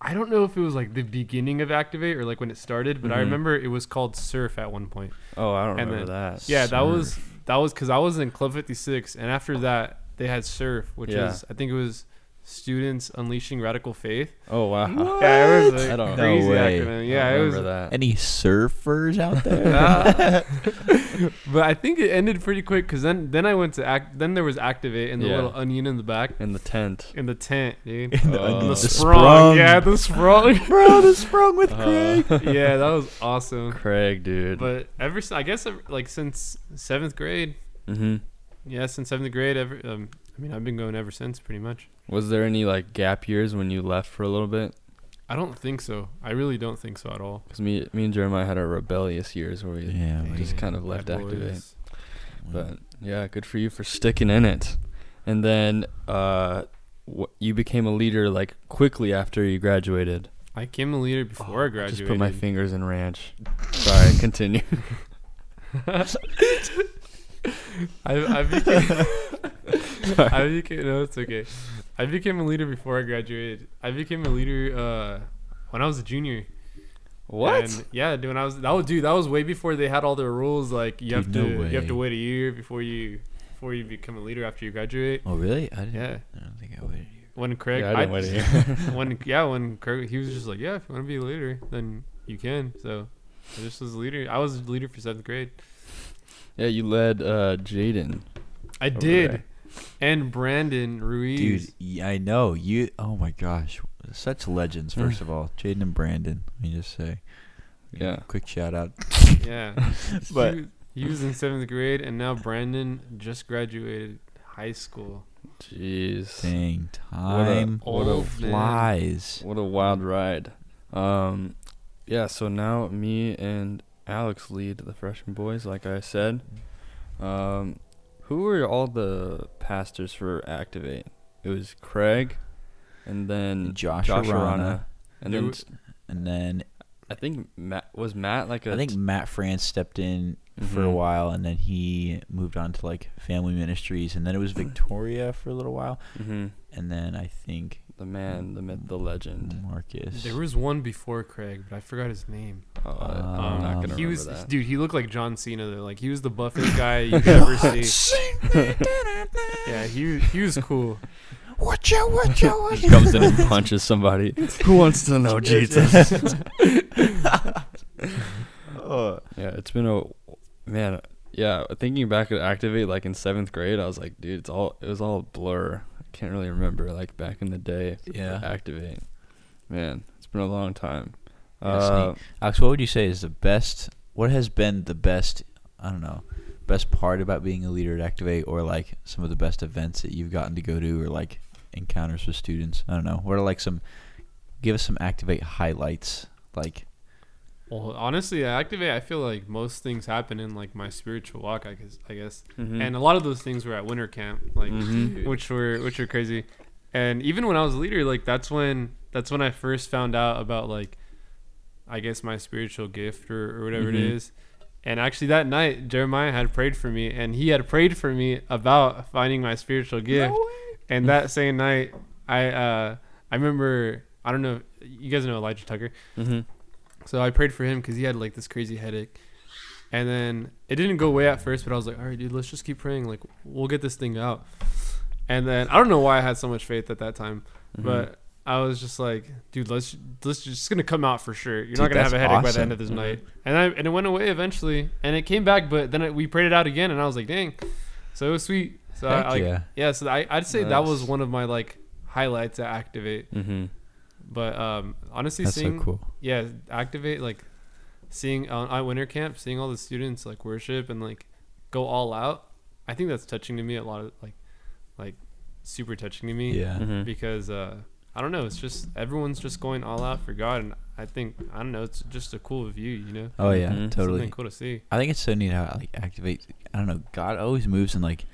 [SPEAKER 3] I don't know if it was like the beginning of Activate or like when it started, but I
[SPEAKER 2] Mhm.
[SPEAKER 3] remember it was called Surf at one point.
[SPEAKER 2] Oh, I don't
[SPEAKER 3] And
[SPEAKER 2] remember
[SPEAKER 3] then-
[SPEAKER 2] that.
[SPEAKER 3] Yeah, that was that was because I was in Club 56, and after that they had Surf, which
[SPEAKER 2] Yeah.
[SPEAKER 3] is I think it was Students Unleashing Radical Faith.
[SPEAKER 2] Oh wow.
[SPEAKER 3] Yeah, it was
[SPEAKER 2] What?
[SPEAKER 3] like
[SPEAKER 2] I don't-
[SPEAKER 3] crazy
[SPEAKER 1] No way.
[SPEAKER 3] acronym.
[SPEAKER 2] I
[SPEAKER 3] Yeah,
[SPEAKER 2] don't
[SPEAKER 3] it was.
[SPEAKER 2] remember that.
[SPEAKER 1] Any surfers out there?
[SPEAKER 3] Ah. but I think it ended pretty quick because then then I went to act. Then there was Activate and the
[SPEAKER 2] Yeah.
[SPEAKER 3] little onion in the back
[SPEAKER 2] In the tent.
[SPEAKER 3] in the tent, dude.
[SPEAKER 1] In the,
[SPEAKER 2] Oh.
[SPEAKER 1] onion-
[SPEAKER 2] The
[SPEAKER 3] Sprung. Yeah, the sprung.
[SPEAKER 1] Bro, the sprung with
[SPEAKER 2] Uh,
[SPEAKER 3] yeah, that was awesome.
[SPEAKER 2] Craig, dude.
[SPEAKER 3] Mm-hmm. But ever since, I guess, ever- like since seventh grade,
[SPEAKER 2] mm-hmm.
[SPEAKER 3] yeah, since seventh grade, ever, um, I mean, I've been going ever since, pretty much.
[SPEAKER 2] Was there any like gap years when you left for a little bit?
[SPEAKER 3] I don't think so. I really don't think so at all.
[SPEAKER 2] Because me, me and Jeremiah had our rebellious years where we
[SPEAKER 1] Yeah,
[SPEAKER 2] we
[SPEAKER 1] we-
[SPEAKER 2] just kind of
[SPEAKER 3] My
[SPEAKER 2] left Activate.
[SPEAKER 3] boys.
[SPEAKER 2] But yeah, good for you for sticking in it. And then uh, wh- you became a leader like quickly after you graduated.
[SPEAKER 3] I came a leader before I
[SPEAKER 2] Oh, I
[SPEAKER 3] graduated.
[SPEAKER 2] Just put my fingers in ranch. Sorry, continue.
[SPEAKER 3] I, I became, I became no, it's okay. I became a leader before I graduated. I became a leader uh, when I was a junior. And, yeah, dude, when I was that was dude, that was way before they had all their rules. Like you
[SPEAKER 1] Dude,
[SPEAKER 3] have
[SPEAKER 1] no
[SPEAKER 3] to you have to
[SPEAKER 1] way.
[SPEAKER 3] wait a year before you before you become a leader after you graduate.
[SPEAKER 1] oh really? I didn't.
[SPEAKER 3] Yeah,
[SPEAKER 1] I don't think I waited. here.
[SPEAKER 3] when Craig,
[SPEAKER 2] Mm-hmm. Yeah, I didn't wait a year.
[SPEAKER 3] when yeah, when Craig, he was just like, yeah, if you want to be a leader, then you can. So I just was a leader. I was a leader for seventh grade.
[SPEAKER 2] yeah, you led uh, Jaden.
[SPEAKER 3] I
[SPEAKER 2] Over
[SPEAKER 3] did,
[SPEAKER 2] there.
[SPEAKER 3] and Brandon Ruiz.
[SPEAKER 1] Dude, y- I know you. Oh my gosh, such legends. First of all, Jaden and Brandon. Let me just say,
[SPEAKER 2] Yeah.
[SPEAKER 1] quick shout out.
[SPEAKER 3] Yeah,
[SPEAKER 1] But-
[SPEAKER 3] he, was- he was in seventh grade, and now Brandon just graduated high school.
[SPEAKER 2] Jeez.
[SPEAKER 1] Dang,
[SPEAKER 2] What a-
[SPEAKER 1] time
[SPEAKER 2] what a
[SPEAKER 3] old man.
[SPEAKER 1] flies.
[SPEAKER 2] What a wild ride. Um, yeah, so now me and Alex lead the freshman boys, like I said. Um, who were all the pastors for Activate? It was Craig, and then
[SPEAKER 1] Josh
[SPEAKER 2] Mm, Josh
[SPEAKER 1] Arana,
[SPEAKER 2] Arana, and
[SPEAKER 3] There
[SPEAKER 2] then
[SPEAKER 3] w-
[SPEAKER 2] s-
[SPEAKER 1] and then
[SPEAKER 2] I think Matt was Matt like a
[SPEAKER 1] I think Matt France stepped in for a
[SPEAKER 2] Mhm.
[SPEAKER 1] while, and then he moved on to like family ministries, and then it
[SPEAKER 2] Mm.
[SPEAKER 1] was Victoria for a little while,
[SPEAKER 2] hmm
[SPEAKER 1] and then I think
[SPEAKER 2] the man, the myth, the legend.
[SPEAKER 1] Marcus.
[SPEAKER 3] There was one before Craig, but I forgot his name.
[SPEAKER 2] Oh, I- I'm
[SPEAKER 1] Um,
[SPEAKER 2] not gonna
[SPEAKER 3] he
[SPEAKER 2] remember
[SPEAKER 3] was
[SPEAKER 2] that.
[SPEAKER 3] dude. He looked like John Cena though. Like he was the buffest guy you could ever see. Yeah, he he was cool.
[SPEAKER 1] Watch out! Watch out!
[SPEAKER 2] He comes in and punches somebody. Who wants to know Jesus?
[SPEAKER 1] Oh,
[SPEAKER 2] Yeah, it's been a man. Yeah, thinking back at Activate, like in seventh grade, I was like, dude, it's all it was all a blur. I can't really remember like back in the day. for
[SPEAKER 1] Yeah.
[SPEAKER 2] Activate. Man, it's been a long time.
[SPEAKER 1] Yeah,
[SPEAKER 2] Uh,
[SPEAKER 1] Alex, what would you say is the best? What has been the best? I don't know. Best part about being a leader at Activate, or like some of the best events that you've gotten to go to, or like encounters with students. I don't know. What are like some? Give us some Activate highlights. Like,
[SPEAKER 3] Well, honestly, I activate. I feel like most things happen in like my spiritual walk. I guess. I guess.
[SPEAKER 2] Hmm.
[SPEAKER 3] And a lot of those things were at winter camp, like
[SPEAKER 2] Mhm.
[SPEAKER 3] which were which were crazy. And even when I was a leader, like that's when that's when I first found out about like I guess my spiritual gift or, or whatever it
[SPEAKER 2] Mhm.
[SPEAKER 3] is. And actually that night Jeremiah had prayed for me and he had prayed for me about finding my spiritual gift. and that same night I uh I remember I don't know you guys know Elijah Tucker.
[SPEAKER 1] Mm-hmm.
[SPEAKER 2] Mhm.
[SPEAKER 3] So I prayed for him because he had like this crazy headache. And then it didn't go away at first, but I was like, all right, dude, let's just keep praying. Like, we'll get this thing out. And then I don't know why I had so much faith at that time,
[SPEAKER 1] Mm-hmm.
[SPEAKER 2] Mhm.
[SPEAKER 3] but I was just like, dude, let's let's just it's gonna come out for sure. You're
[SPEAKER 1] Dude,
[SPEAKER 3] not gonna have
[SPEAKER 1] that's
[SPEAKER 3] a headache by the
[SPEAKER 1] awesome. Mm-hmm.
[SPEAKER 3] end of this
[SPEAKER 2] Mhm.
[SPEAKER 3] night. And I and it went away eventually, and it came back, but then it, we prayed it out again, and I was like, dang, so it was sweet. So Uh, I,
[SPEAKER 1] heck
[SPEAKER 3] like, yeah.
[SPEAKER 1] yeah.
[SPEAKER 3] so I, I'd say that was
[SPEAKER 2] Nice.
[SPEAKER 3] one of my like highlights at Activate.
[SPEAKER 2] Mhm.
[SPEAKER 3] But um, honestly,
[SPEAKER 1] That's so
[SPEAKER 3] seeing
[SPEAKER 1] cool.
[SPEAKER 3] yeah activate like seeing on at winter camp seeing all the students like worship and like go all out i think that's touching to me a lot of like like super touching to me
[SPEAKER 1] Yeah. Mm-hmm.
[SPEAKER 2] Mhm.
[SPEAKER 3] because uh i don't know it's just everyone's just going all out for god and i think i don't know it's just a cool view you know
[SPEAKER 1] Oh yeah,
[SPEAKER 2] Mhm.
[SPEAKER 1] totally.
[SPEAKER 3] something cool to see
[SPEAKER 1] I think it's so neat how like activate. I don't know. God always moves in like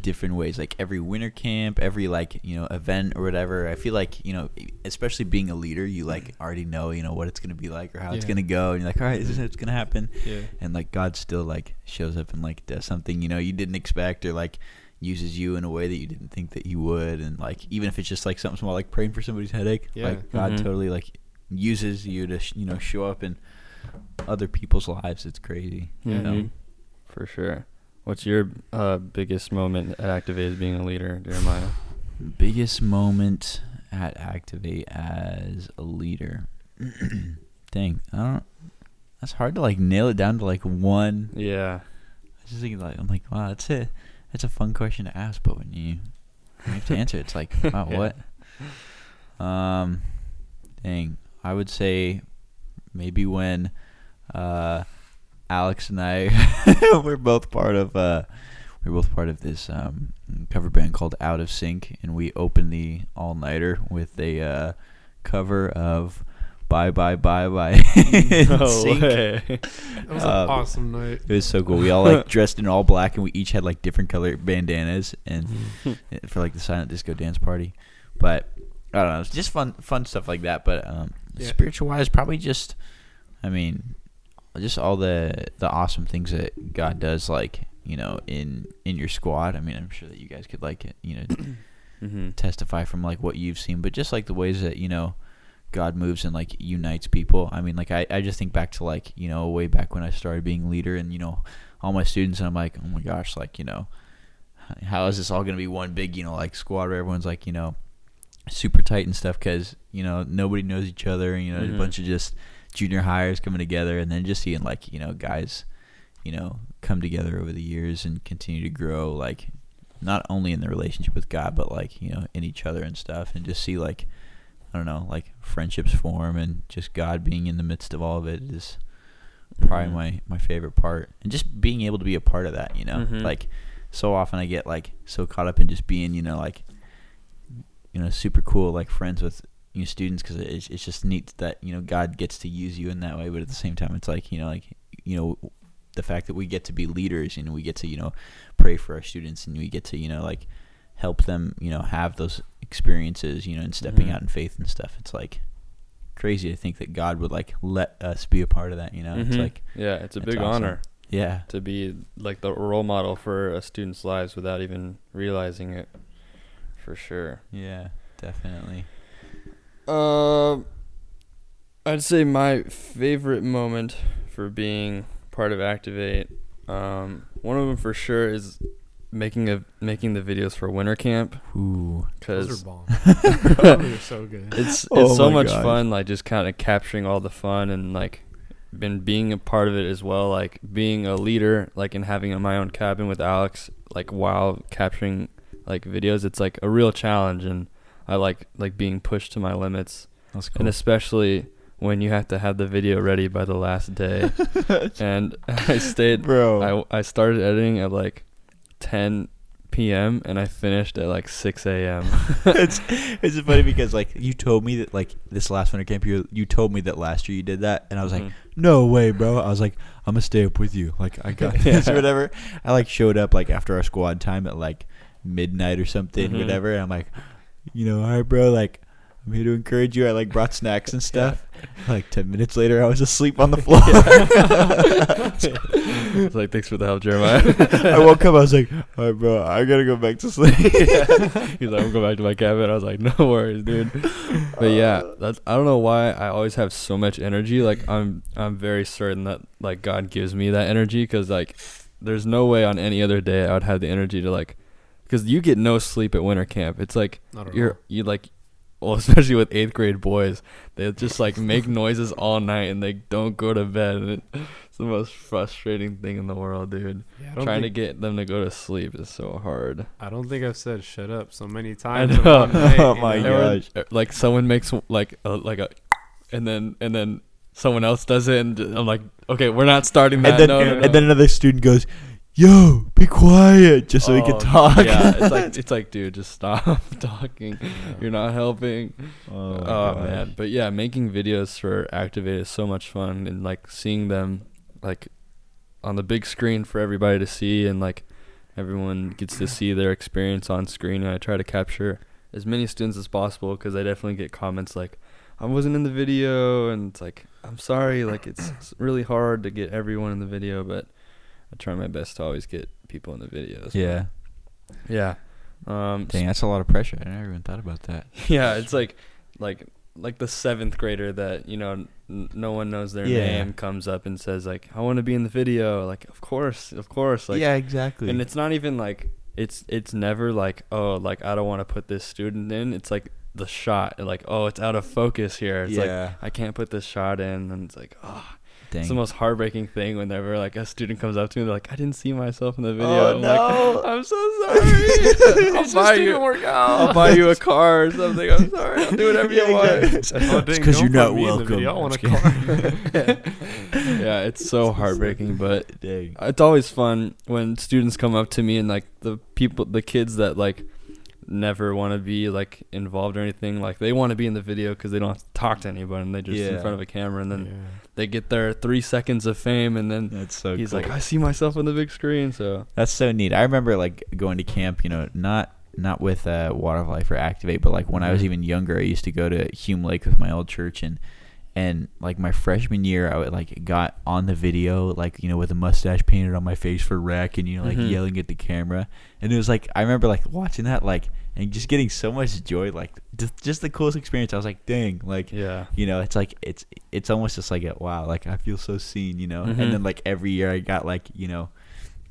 [SPEAKER 1] different ways like every winter camp every like you know event or whatever i feel like you know especially being a leader you like already know you know what it's going to be like or how it's
[SPEAKER 3] Yeah.
[SPEAKER 1] going to go and you're like all right this is how it's going to happen
[SPEAKER 3] Yeah.
[SPEAKER 1] and like god still like shows up and like does something you know you didn't expect or like uses you in a way that you didn't think that he would and like even if it's just like something small like praying for somebody's headache
[SPEAKER 3] Yeah.
[SPEAKER 1] like god
[SPEAKER 2] Mhm.
[SPEAKER 1] totally like uses you to sh- you know show up in other people's lives it's crazy you know?
[SPEAKER 2] Mhm. For sure. What's your uh, biggest moment at Activate as being a leader, Jeremiah?
[SPEAKER 1] Biggest moment at Activate as a leader. Dang, I don't. That's hard to like nail it down to like one.
[SPEAKER 2] yeah.
[SPEAKER 1] I was just thinking like I'm like wow that's it. That's a fun question to ask, but when you, when you have to answer, it's like wow
[SPEAKER 2] Yeah.
[SPEAKER 1] what? Um, dang, I would say maybe when uh, Alex and I were both part of uh, we were both part of this um, cover band called Out of Sync, and we opened the all nighter with a uh, cover of Bye Bye Bye Bye. in Sync.
[SPEAKER 2] way.
[SPEAKER 3] That was
[SPEAKER 1] Um,
[SPEAKER 3] an awesome night.
[SPEAKER 1] It was so cool. We all like dressed in all black, and we each had like different color bandanas, and for like the silent disco dance party. But I don't know, it's just fun, fun stuff like that. But um,
[SPEAKER 3] Yeah.
[SPEAKER 1] spiritual wise, probably just, I mean, just all the the awesome things that God does, like you know, in in your squad. I mean, I'm sure that you guys could like you know Mm-hmm.
[SPEAKER 2] hmm
[SPEAKER 1] testify from like what you've seen, but just like the ways that you know God moves and like unites people. I mean, like I, I just think back to like you know way back when I started being leader, and you know all my students, and I'm like, oh my gosh, like you know, h- how is this all gonna be one big you know like squad where everyone's like you know super tight and stuff because you know nobody knows each other, and you know there's
[SPEAKER 2] Mhm.
[SPEAKER 1] a bunch of just junior hires coming together, and then just seeing like you know guys, you know come together over the years and continue to grow like not only in the relationship with God, but like you know in each other and stuff, and just see like I don't know, like friendships form, and just God being in the midst of all of it is probably
[SPEAKER 2] Mhm.
[SPEAKER 1] my my favorite part, and just being able to be a part of that, you know,
[SPEAKER 2] Mhm.
[SPEAKER 1] like so often I get like so caught up in just being, you know, like you know, super cool, like friends with you know, students, because it's it's just neat that you know God gets to use you in that way, but at the same time, it's like you know, like you know, the fact that we get to be leaders and we get to you know pray for our students and we get to you know like help them you know have those experiences you know and stepping
[SPEAKER 2] Mhm.
[SPEAKER 1] out in faith and stuff it's like crazy to think that god would like let us be a part of that you know it's
[SPEAKER 2] Mhm.
[SPEAKER 1] like
[SPEAKER 2] yeah, it's a
[SPEAKER 1] that's
[SPEAKER 2] big
[SPEAKER 1] awesome.
[SPEAKER 2] honor
[SPEAKER 1] yeah
[SPEAKER 2] to be like the role model for a student's lives without even realizing it. For sure.
[SPEAKER 1] yeah definitely
[SPEAKER 2] Um, I'd say my favorite moment for being part of Activate, um, one of them for sure is making a making the videos for winter camp
[SPEAKER 1] ooh
[SPEAKER 2] because
[SPEAKER 3] Those are bomb. Those are so good.
[SPEAKER 2] it's it's
[SPEAKER 1] Oh
[SPEAKER 2] so
[SPEAKER 1] my
[SPEAKER 2] much
[SPEAKER 1] gosh.
[SPEAKER 2] fun. Like just kind of capturing all the fun and like been being a part of it as well. Like being a leader, like and having my own cabin with Alex, like while capturing like videos, it's like a real challenge and. I like like being pushed to my limits
[SPEAKER 1] that's
[SPEAKER 2] and especially when you have to have the video ready by the last day. and I stayed.
[SPEAKER 1] bro
[SPEAKER 2] I I started editing at like 10 p.m. and I finished at like 6 a.m.
[SPEAKER 1] it's it's funny because like you told me that like this last winter camp you you told me that last year you did that and I was like
[SPEAKER 2] Mhm.
[SPEAKER 1] no way, bro. I was like, I'm gonna stay up with you. Like, I got this or
[SPEAKER 2] Yeah.
[SPEAKER 1] whatever. I like showed up like after our squad time at like midnight or something,
[SPEAKER 2] Mhm.
[SPEAKER 1] whatever. And I'm like, you know, all right, bro. Like, I'm here to encourage you. I like brought snacks and stuff. Like ten minutes later, I was asleep on the floor.
[SPEAKER 2] It's like thanks for the help, Jeremiah.
[SPEAKER 1] I woke up. I was like, all right, bro. I gotta go back to sleep.
[SPEAKER 2] He's like, I'm going back to my cabin. I was like, no worries, dude. But yeah,
[SPEAKER 1] Uh,
[SPEAKER 2] that's I don't know why I always have so much energy. Like I'm I'm very certain that like God gives me that energy because like there's no way on any other day I would have the energy to like because you get no sleep at winter camp. It's like
[SPEAKER 3] Not at all.
[SPEAKER 2] you're you like well especially with eighth grade boys they just like make noises all night and they don't go to bed and it, it's the most frustrating thing in the world dude
[SPEAKER 3] Yeah, I don't
[SPEAKER 2] trying to
[SPEAKER 3] think,
[SPEAKER 2] get them to go to sleep is so hard
[SPEAKER 3] I don't think I've said shut up so many times. in
[SPEAKER 2] know.
[SPEAKER 3] one night,
[SPEAKER 1] Oh
[SPEAKER 3] you
[SPEAKER 1] my
[SPEAKER 3] know?
[SPEAKER 2] There were-
[SPEAKER 1] gosh.
[SPEAKER 2] uh, like someone makes like a, like a and then and then someone else does it and i'm like okay we're not starting that
[SPEAKER 1] and then
[SPEAKER 2] no, no, no.
[SPEAKER 1] and then another student goes, "Yo, be quiet," just so we
[SPEAKER 2] Oh,
[SPEAKER 1] can talk.
[SPEAKER 2] yeah it's like it's like dude just stop talking you're not helping
[SPEAKER 1] oh, my
[SPEAKER 2] oh
[SPEAKER 1] gosh.
[SPEAKER 2] man but yeah making videos for activate is so much fun and like seeing them like on the big screen for everybody to see and like Everyone gets to see their experience on screen, and I try to capture as many students as possible because I definitely get comments like, "I wasn't in the video," and it's like, "I'm sorry," like it's, it's really hard to get everyone in the video, but I try my best to always get people in the videos.
[SPEAKER 1] Yeah.
[SPEAKER 2] yeah. Um,
[SPEAKER 1] Dang, that's a lot of pressure. I never even thought about that.
[SPEAKER 2] yeah, it's like, like, like the seventh grader that you know n- no one knows their
[SPEAKER 1] Yeah.
[SPEAKER 2] name comes up and says like, "I want to be in the video." Like, of course, of course. Like,
[SPEAKER 1] yeah, exactly.
[SPEAKER 2] and it's not even like it's it's never like oh like I don't want to put this student in. It's like the shot like oh it's out of focus here. It's like
[SPEAKER 1] yeah.
[SPEAKER 2] I can't put this shot in, and it's like oh
[SPEAKER 1] Dang.
[SPEAKER 2] it's the most heartbreaking thing whenever like a student comes up to me they're like I didn't see myself in the video.
[SPEAKER 1] Oh,
[SPEAKER 2] I'm
[SPEAKER 1] no.
[SPEAKER 2] like I'm so sorry. Oh I'll
[SPEAKER 3] It's
[SPEAKER 2] buy
[SPEAKER 3] just
[SPEAKER 2] you.
[SPEAKER 3] didn't work
[SPEAKER 2] I'll
[SPEAKER 3] out.
[SPEAKER 2] buy you a car or something. I'm sorry. I'll do whatever
[SPEAKER 1] Yeah,
[SPEAKER 2] you want.
[SPEAKER 1] exactly.
[SPEAKER 3] Oh,
[SPEAKER 1] It's
[SPEAKER 3] dang,
[SPEAKER 1] 'cause
[SPEAKER 3] don't
[SPEAKER 1] you're
[SPEAKER 3] put
[SPEAKER 1] not
[SPEAKER 3] me in the
[SPEAKER 1] welcome.
[SPEAKER 3] video. I
[SPEAKER 1] I'm
[SPEAKER 3] want a
[SPEAKER 1] just
[SPEAKER 3] car.
[SPEAKER 2] yeah, it's so heartbreaking, but
[SPEAKER 1] Dang.
[SPEAKER 2] it's always fun when students come up to me and like the people the kids that like never want to be like involved or anything like they want to be in the video because they don't have to talk to anyone and they just in
[SPEAKER 1] Yeah.
[SPEAKER 2] front of a camera and then
[SPEAKER 3] Yeah.
[SPEAKER 2] they get their three seconds of fame and then
[SPEAKER 1] That's so
[SPEAKER 2] he's
[SPEAKER 1] Oh, cool.
[SPEAKER 2] like i see myself on the big screen so
[SPEAKER 1] That's so neat. I remember like going to camp, you know, not not with uh, Waterlife or Activate, but like when I was even younger, I used to go to Hume Lake with my old church and and like my freshman year, I would, like got on the video like you know with a mustache painted on my face for rec and you know like
[SPEAKER 2] Mhm.
[SPEAKER 1] yelling at the camera, and it was like I remember like watching that like and just getting so much joy like just, just the coolest experience. I was like, dang, like
[SPEAKER 2] yeah
[SPEAKER 1] you know it's like it's it's almost just like a, wow like i feel so seen you know
[SPEAKER 2] Mhm.
[SPEAKER 1] and then like every year i got like you know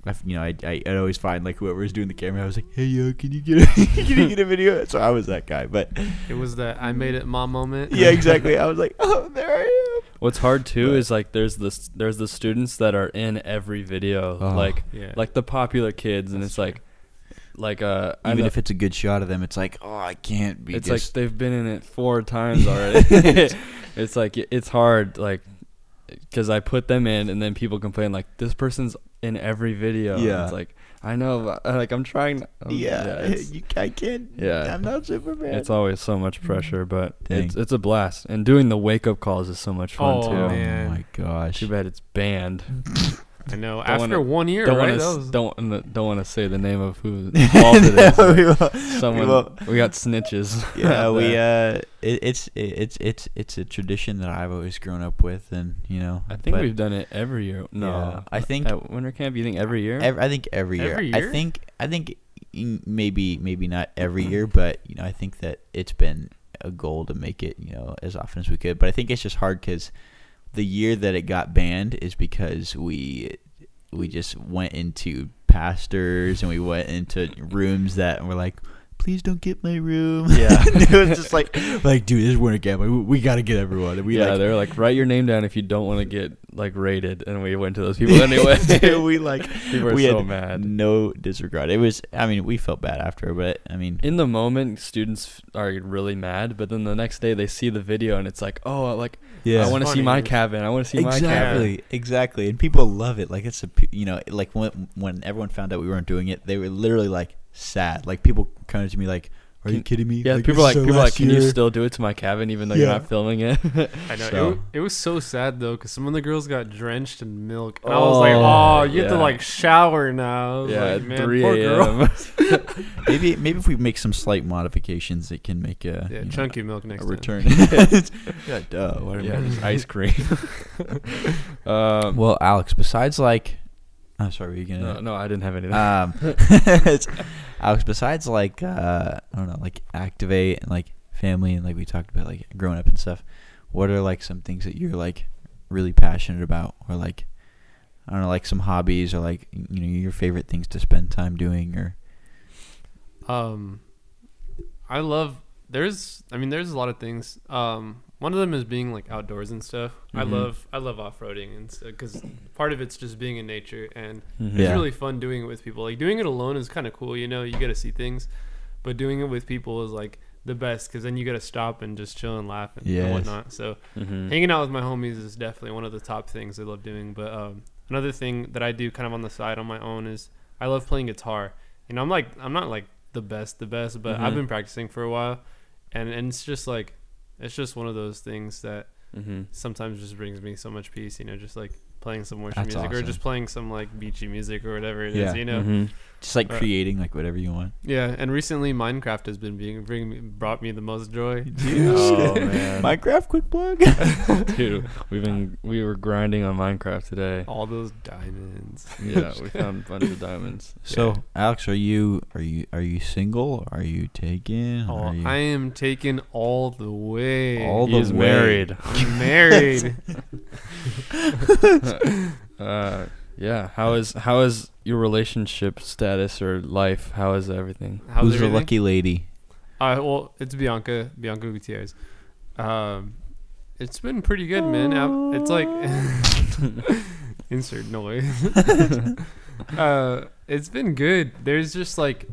[SPEAKER 1] I, f- you know, I, I I'd always find like whoever was doing the camera. I was like, "Hey yo, can you get a, can you get a video?" So I was that guy, but
[SPEAKER 3] It was that I made it my moment.
[SPEAKER 1] yeah, exactly. I was like, "Oh, there I
[SPEAKER 2] what's hard too
[SPEAKER 1] But-
[SPEAKER 2] is like there's this there's the students that are in every video
[SPEAKER 1] Oh.
[SPEAKER 2] like
[SPEAKER 3] Yeah.
[SPEAKER 2] like the popular kids and it's like like uh
[SPEAKER 1] am."
[SPEAKER 2] I
[SPEAKER 1] Even
[SPEAKER 2] know-
[SPEAKER 1] if it's a good shot of them, it's like, "Oh, I can't be."
[SPEAKER 2] it's
[SPEAKER 1] just,
[SPEAKER 2] like they've been in it four times already. it's like it's hard, like, because I put them in, and then people complain like this person's in every video. And
[SPEAKER 1] Yeah.
[SPEAKER 2] it's like I know, but, like I'm trying. um,
[SPEAKER 1] Oh, yeah,
[SPEAKER 2] it's,
[SPEAKER 1] you, I can't.
[SPEAKER 2] Yeah.
[SPEAKER 1] I'm not Superman.
[SPEAKER 2] it's always so much
[SPEAKER 3] Mm-hmm.
[SPEAKER 2] pressure, but
[SPEAKER 1] Dang.
[SPEAKER 2] it's it's a blast. And doing the wake up calls is so much fun
[SPEAKER 3] Oh,
[SPEAKER 2] too.
[SPEAKER 1] oh
[SPEAKER 3] man.
[SPEAKER 1] my gosh.
[SPEAKER 2] Too bad it's banned.
[SPEAKER 3] I know.
[SPEAKER 2] Don't
[SPEAKER 3] After
[SPEAKER 2] wanna-
[SPEAKER 3] one year,
[SPEAKER 2] Don't
[SPEAKER 3] right?
[SPEAKER 2] want
[SPEAKER 3] That
[SPEAKER 2] to
[SPEAKER 3] was-
[SPEAKER 2] don't wanna- don't want to say the name of who fault it is.
[SPEAKER 1] No,
[SPEAKER 2] but
[SPEAKER 1] we won't.
[SPEAKER 2] Someone
[SPEAKER 1] won't.
[SPEAKER 2] we got snitches.
[SPEAKER 1] yeah,
[SPEAKER 2] out
[SPEAKER 1] we
[SPEAKER 2] there.
[SPEAKER 1] uh, it, it's it, it's it's it's a tradition that I've always grown up with, and you know,
[SPEAKER 2] I think
[SPEAKER 1] but
[SPEAKER 2] we've done it every year. No,
[SPEAKER 1] Yeah, I think-
[SPEAKER 2] at winter camp. You think every year?
[SPEAKER 1] ev- I think every year, Uh-huh.
[SPEAKER 3] Every year?
[SPEAKER 1] I think I think mm, maybe maybe not every year, but you know, I think that it's been a goal to make it you know as often as we could. But I think it's just hard because the year that it got banned is because we we just went into pastors and we went into rooms that and we're like. Please don't get my room.
[SPEAKER 2] Yeah.
[SPEAKER 1] it was just like, like, dude, this is winter camp. We, we got to get everyone. And we
[SPEAKER 2] yeah,
[SPEAKER 1] like,
[SPEAKER 2] they're like write your name down if you don't want to get like rated, and we went to those people anyway.
[SPEAKER 1] Dude, we like
[SPEAKER 2] People were
[SPEAKER 1] we
[SPEAKER 2] so
[SPEAKER 1] had
[SPEAKER 2] mad.
[SPEAKER 1] no disregard. It was I mean, we felt bad after, but I mean
[SPEAKER 2] In the moment, students f- are really mad, but then the next day they see the video and it's like, oh, like
[SPEAKER 1] Yeah.
[SPEAKER 2] I want to see
[SPEAKER 3] Funny.
[SPEAKER 2] my cabin. I want to see my cabin.
[SPEAKER 1] exactly, exactly. And people love it. Like it's a p- you know, like when when everyone found out we weren't doing it, they were literally like sad. Like people coming to me like, "Are you
[SPEAKER 2] Can-
[SPEAKER 1] kidding me?"
[SPEAKER 2] Yeah,
[SPEAKER 1] like,
[SPEAKER 2] people are like,
[SPEAKER 1] this is our
[SPEAKER 2] people are like,
[SPEAKER 1] last
[SPEAKER 2] can you
[SPEAKER 1] year."
[SPEAKER 2] still do it to my cabin even though
[SPEAKER 1] Yeah.
[SPEAKER 2] you're not filming it?
[SPEAKER 3] I know. It,
[SPEAKER 1] So-
[SPEAKER 3] wa- it was so sad though, because some of the girls got drenched in milk, and I
[SPEAKER 2] Oh,
[SPEAKER 3] was like, "Oh, you have to
[SPEAKER 2] yeah.
[SPEAKER 3] like shower now." I was
[SPEAKER 2] yeah, at
[SPEAKER 3] like, man,
[SPEAKER 2] three
[SPEAKER 3] poor girl.
[SPEAKER 2] a.m.
[SPEAKER 1] maybe maybe if we make some slight modifications, it can make a
[SPEAKER 3] Yeah,
[SPEAKER 1] you know,
[SPEAKER 3] chunky milk next
[SPEAKER 1] a
[SPEAKER 3] time.
[SPEAKER 1] return. yeah, duh. What am I-
[SPEAKER 2] yeah, just ice cream. um,
[SPEAKER 1] Well, Alex. Besides, like, I'm sorry. Were you gonna?
[SPEAKER 2] no, no, I didn't have anything.
[SPEAKER 1] um it's- alex besides like uh i don't know like activate and like family and like we talked about like growing up and stuff what are like some things that you're like really passionate about or like i don't know like some hobbies or like you know your favorite things to spend time doing or
[SPEAKER 3] Um, I love. There's, I mean, there's a lot of things. Um, one of them is being like outdoors and stuff. I
[SPEAKER 1] Mhm.
[SPEAKER 3] love, I love off roading and because part of it's just being in nature, and
[SPEAKER 2] Mhm.
[SPEAKER 1] Yeah.
[SPEAKER 3] it's really fun doing it with people. Like doing it alone is kind of cool, you know. You get to see things, but doing it with people is like the best because then you get to stop and just chill and laugh and,
[SPEAKER 1] Yes.
[SPEAKER 3] and whatnot. So
[SPEAKER 2] Mhm.
[SPEAKER 1] Mm-hmm.
[SPEAKER 3] hanging out with my homies is definitely one of the top things I love doing. But um, another thing that I do kind of on the side on my own is I love playing guitar. You know, I'm like I'm not like the best, the best, but I've
[SPEAKER 1] Mm-hmm.
[SPEAKER 2] Mhm.
[SPEAKER 3] been practicing for a while, and and it's just like it's just one of those things that
[SPEAKER 2] Mhm.
[SPEAKER 3] sometimes just brings me so much peace. You know, just like playing some worship
[SPEAKER 1] That's
[SPEAKER 3] music or
[SPEAKER 1] awesome.
[SPEAKER 3] just playing some like beachy music or whatever it is,
[SPEAKER 1] Yeah. mm-hmm.
[SPEAKER 3] you know.
[SPEAKER 2] Mhm.
[SPEAKER 1] Just like
[SPEAKER 3] Right.
[SPEAKER 1] creating like whatever you want.
[SPEAKER 3] Yeah, and recently Minecraft has been being bring, me- brought me the most joy.
[SPEAKER 2] Oh, man.
[SPEAKER 1] Minecraft quick plug.
[SPEAKER 2] Dude, we've been we were grinding on Minecraft today.
[SPEAKER 3] All those diamonds.
[SPEAKER 2] Yeah, we found a bunch of diamonds.
[SPEAKER 1] So Alex, are you are you are you single? Are you taken?
[SPEAKER 3] Oh,
[SPEAKER 1] are you
[SPEAKER 3] I am taken all the way.
[SPEAKER 1] All the
[SPEAKER 2] he's
[SPEAKER 1] way.
[SPEAKER 2] married.
[SPEAKER 3] I'm married.
[SPEAKER 2] Uh, yeah. How is how is your relationship status or life? How is everything?
[SPEAKER 3] How's
[SPEAKER 1] who's the
[SPEAKER 3] everything?
[SPEAKER 1] lucky lady?
[SPEAKER 3] Uh, well, it's Bianca, Bianca Gutierrez. Um, it's been pretty good, man. I- It's like insert noise. uh, it's been good. There's just like,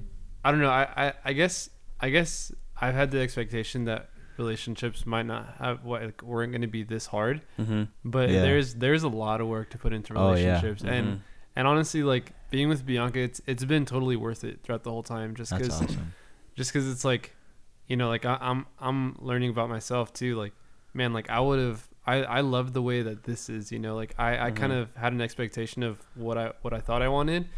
[SPEAKER 3] I don't know. I, I, I guess I guess I've had the expectation that relationships might not have what like, weren't going to be this hard,
[SPEAKER 2] Mm-hmm.
[SPEAKER 3] but
[SPEAKER 1] Yeah.
[SPEAKER 3] there's there's a lot of work to put into
[SPEAKER 1] Oh, yeah.
[SPEAKER 3] relationships, and and honestly, like being with Bianca, it's it's been totally worth it throughout the whole time. Just
[SPEAKER 1] That's
[SPEAKER 3] because
[SPEAKER 1] awesome.
[SPEAKER 3] just because it's like you know like I, i'm i'm learning about myself too like man like i would have i i love the way that this is you know like i i kind
[SPEAKER 1] Mm-hmm.
[SPEAKER 2] Mhm.
[SPEAKER 3] of had an expectation of what i what i thought i wanted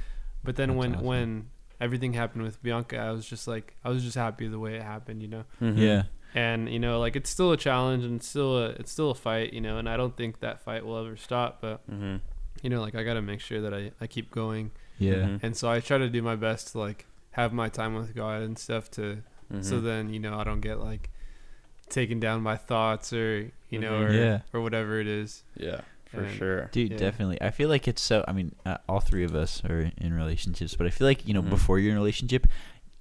[SPEAKER 3] but then
[SPEAKER 1] That's
[SPEAKER 3] when
[SPEAKER 1] awesome.
[SPEAKER 3] when everything happened with bianca i was just like i was just happy the way it happened you know
[SPEAKER 2] Mm-hmm.
[SPEAKER 1] Yeah.
[SPEAKER 3] and you know like it's still a challenge and it's still a it's still a fight you know and i don't think that fight will ever stop but
[SPEAKER 2] Mm-hmm.
[SPEAKER 3] you know like i gotta make sure that i i keep going
[SPEAKER 1] Yeah.
[SPEAKER 2] Mhm.
[SPEAKER 3] and so i try to do my best to like have my time with god and stuff to so
[SPEAKER 2] Mhm.
[SPEAKER 3] then you know I don't get like taken down by thoughts or you know
[SPEAKER 2] Mhm.
[SPEAKER 3] or
[SPEAKER 1] Yeah.
[SPEAKER 3] or whatever it is.
[SPEAKER 2] yeah, for
[SPEAKER 3] and-
[SPEAKER 2] sure.
[SPEAKER 1] Dude,
[SPEAKER 3] Yeah.
[SPEAKER 1] definitely. I feel like it's so. I mean, uh, all three of us are in relationships, but I feel like you know,
[SPEAKER 2] Mhm.
[SPEAKER 1] before you're in a relationship,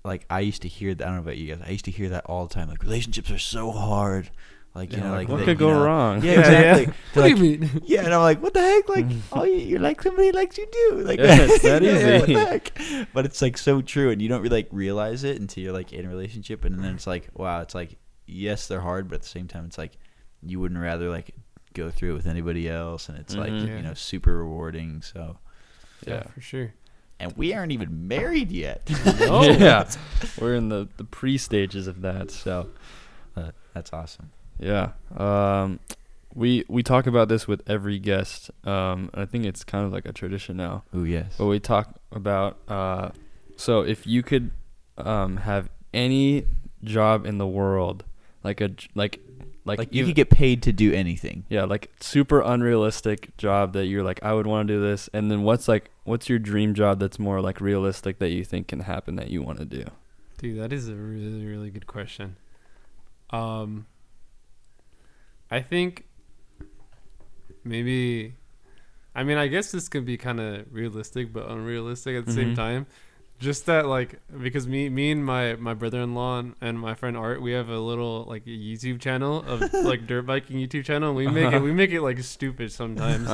[SPEAKER 1] like I used to hear that. I don't know about you guys. I used to hear that all the time. Like relationships are so hard. Like you
[SPEAKER 2] Yeah,
[SPEAKER 1] know,
[SPEAKER 2] like,
[SPEAKER 1] like
[SPEAKER 2] what
[SPEAKER 1] that,
[SPEAKER 2] could
[SPEAKER 1] you
[SPEAKER 2] go
[SPEAKER 1] know-
[SPEAKER 2] wrong?
[SPEAKER 1] Yeah,
[SPEAKER 3] Yeah,
[SPEAKER 1] exactly.
[SPEAKER 3] yeah.
[SPEAKER 1] They're like,
[SPEAKER 3] you mean?
[SPEAKER 1] yeah, and I'm like, what the heck? Like, oh, you- you're like somebody likes you too. Like,
[SPEAKER 2] Yeah, it's that
[SPEAKER 1] what the
[SPEAKER 2] easy.
[SPEAKER 1] heck? But it's like so true, and you don't really like realize it until you're like in a relationship, and then it's like, wow, it's like, yes, they're hard, but at the same time, it's like, you wouldn't rather like go through it with anybody else, and it's like,
[SPEAKER 2] Mhm.
[SPEAKER 3] Yeah.
[SPEAKER 1] you know, super rewarding. So,
[SPEAKER 3] Yeah,
[SPEAKER 2] Yeah.
[SPEAKER 3] for sure.
[SPEAKER 1] and we aren't even married yet.
[SPEAKER 3] No.
[SPEAKER 2] yeah. We're in the the pre stages of that. So
[SPEAKER 1] Uh, That's awesome.
[SPEAKER 2] yeah, um, we we talk about this with every guest. Um, and I think it's kind of like a tradition now.
[SPEAKER 1] Oh yes.
[SPEAKER 2] But we talk about uh, so if you could um, have any job in the world, like a j- like like,
[SPEAKER 1] Like, you
[SPEAKER 2] ev-
[SPEAKER 1] could get paid to do anything.
[SPEAKER 2] yeah like super unrealistic job that you're like I would want to do this, and then what's like what's your dream job that's more like realistic that you think can happen that you want to do?
[SPEAKER 3] Dude, that is a really really good question. Um, I think maybe, I mean, I guess this could be kind of realistic but unrealistic at the same
[SPEAKER 2] Mhm.
[SPEAKER 3] time. Just that, like, because me, me and my my brother-in-law and, and my friend Art, we have a little like a YouTube channel of like dirt biking YouTube channel. And we make it, we make it like stupid sometimes.